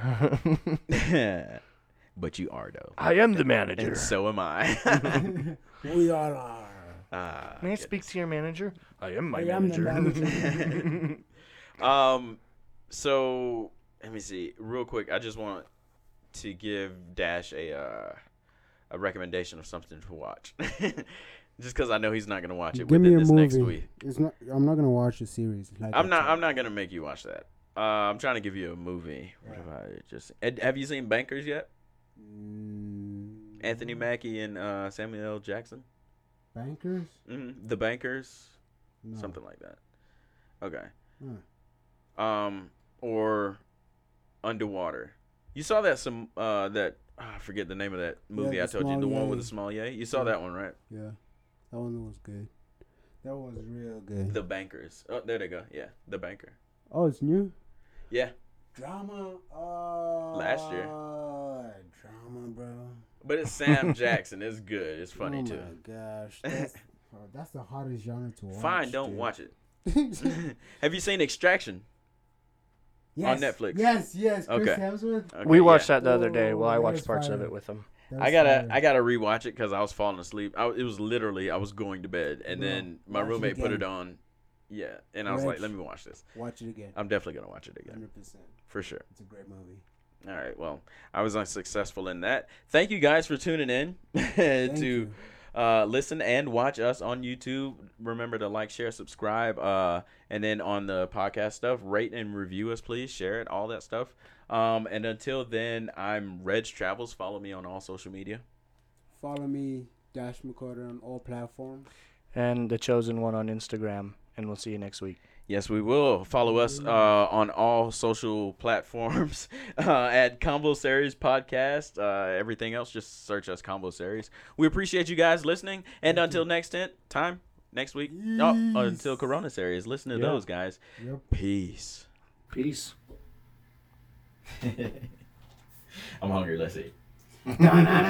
S1: but you are though,
S2: I am the manager.
S1: and so am I.
S3: We all are.
S1: Ah,
S2: May I speak to your manager? I am my
S3: I am the manager.
S1: um, so let me see real quick. I just want to give Dash a uh, a recommendation of something to watch, just because I know he's not gonna watch it
S3: Give me
S1: within
S3: a
S1: this
S3: movie.
S1: next week.
S3: It's not. I'm not gonna watch the series. Like
S1: I'm
S3: I
S1: not.
S3: told-
S1: I'm not gonna make you watch that. Uh, I'm trying to give you a movie. What have I just? Ed- Have you seen Bankers yet?
S3: Mm,
S1: Anthony Mackie and uh, Samuel L. Jackson.
S3: Bankers.
S1: Mm, the Bankers,
S3: No.
S1: something like that. Okay.
S3: Mm.
S1: Um, or Underwater. You saw that some uh that ah, I forget the name of that movie
S3: the
S1: I told you
S3: small
S1: the one
S3: yay.
S1: with the small yay. You saw
S3: Yeah.
S1: that one right?
S3: Yeah, that one was good. That one was real good.
S1: The Bankers. Oh, there they go. Yeah, The Banker.
S3: oh, it's new.
S1: Yeah,
S3: Drama. Uh,
S1: Last year.
S3: Drama, bro.
S1: but it's Sam Jackson. It's good. It's funny
S3: oh
S1: too.
S3: my gosh, that's, bro, that's the hardest genre to watch.
S1: Fine, don't
S3: dude.
S1: watch it. Have you seen Extraction?
S3: Yes,
S1: Netflix.
S3: Yes, yes. Chris
S1: Okay.
S3: Hemsworth.
S1: Okay,
S2: we
S1: yeah.
S2: watched that the other day. Well, I
S3: Whoa,
S2: watched
S3: that
S2: parts
S3: was
S2: of
S3: fire.
S2: it with him.
S3: That
S1: I
S3: was
S1: gotta
S3: fire.
S1: I gotta rewatch it because I was falling asleep. I, it was literally I was going to bed and
S3: Bro,
S1: then my
S3: watch it
S1: roommate put
S3: again.
S1: it on. Yeah, and I was like,
S3: Reg.
S1: let me watch this.
S3: watch it again.
S1: I'm definitely gonna watch it again
S3: Hundred percent.
S1: for sure.
S3: It's a great movie.
S1: All right, well, I was unsuccessful in that. Thank you guys for tuning in to
S3: you.
S1: uh, listen and watch us on YouTube. Remember to like, share, subscribe, uh, and then on the podcast stuff, rate and review us, please. Share it, all that stuff. Um, and until then, I'm Reg Travels. Follow me on all social media.
S3: Follow me, Dash McCorder, on all platforms.
S2: And the chosen one on Instagram. And we'll see you next week.
S1: Yes, we will. Follow us uh, on all social platforms uh, at Combo Series Podcast. Uh, everything else, just search us Combo Series. We appreciate you guys listening. And until next ti- time, next week, oh, until Corona Series, listen to those guys.
S3: Yep.
S1: Peace.
S2: Peace.
S1: I'm hungry. Let's eat.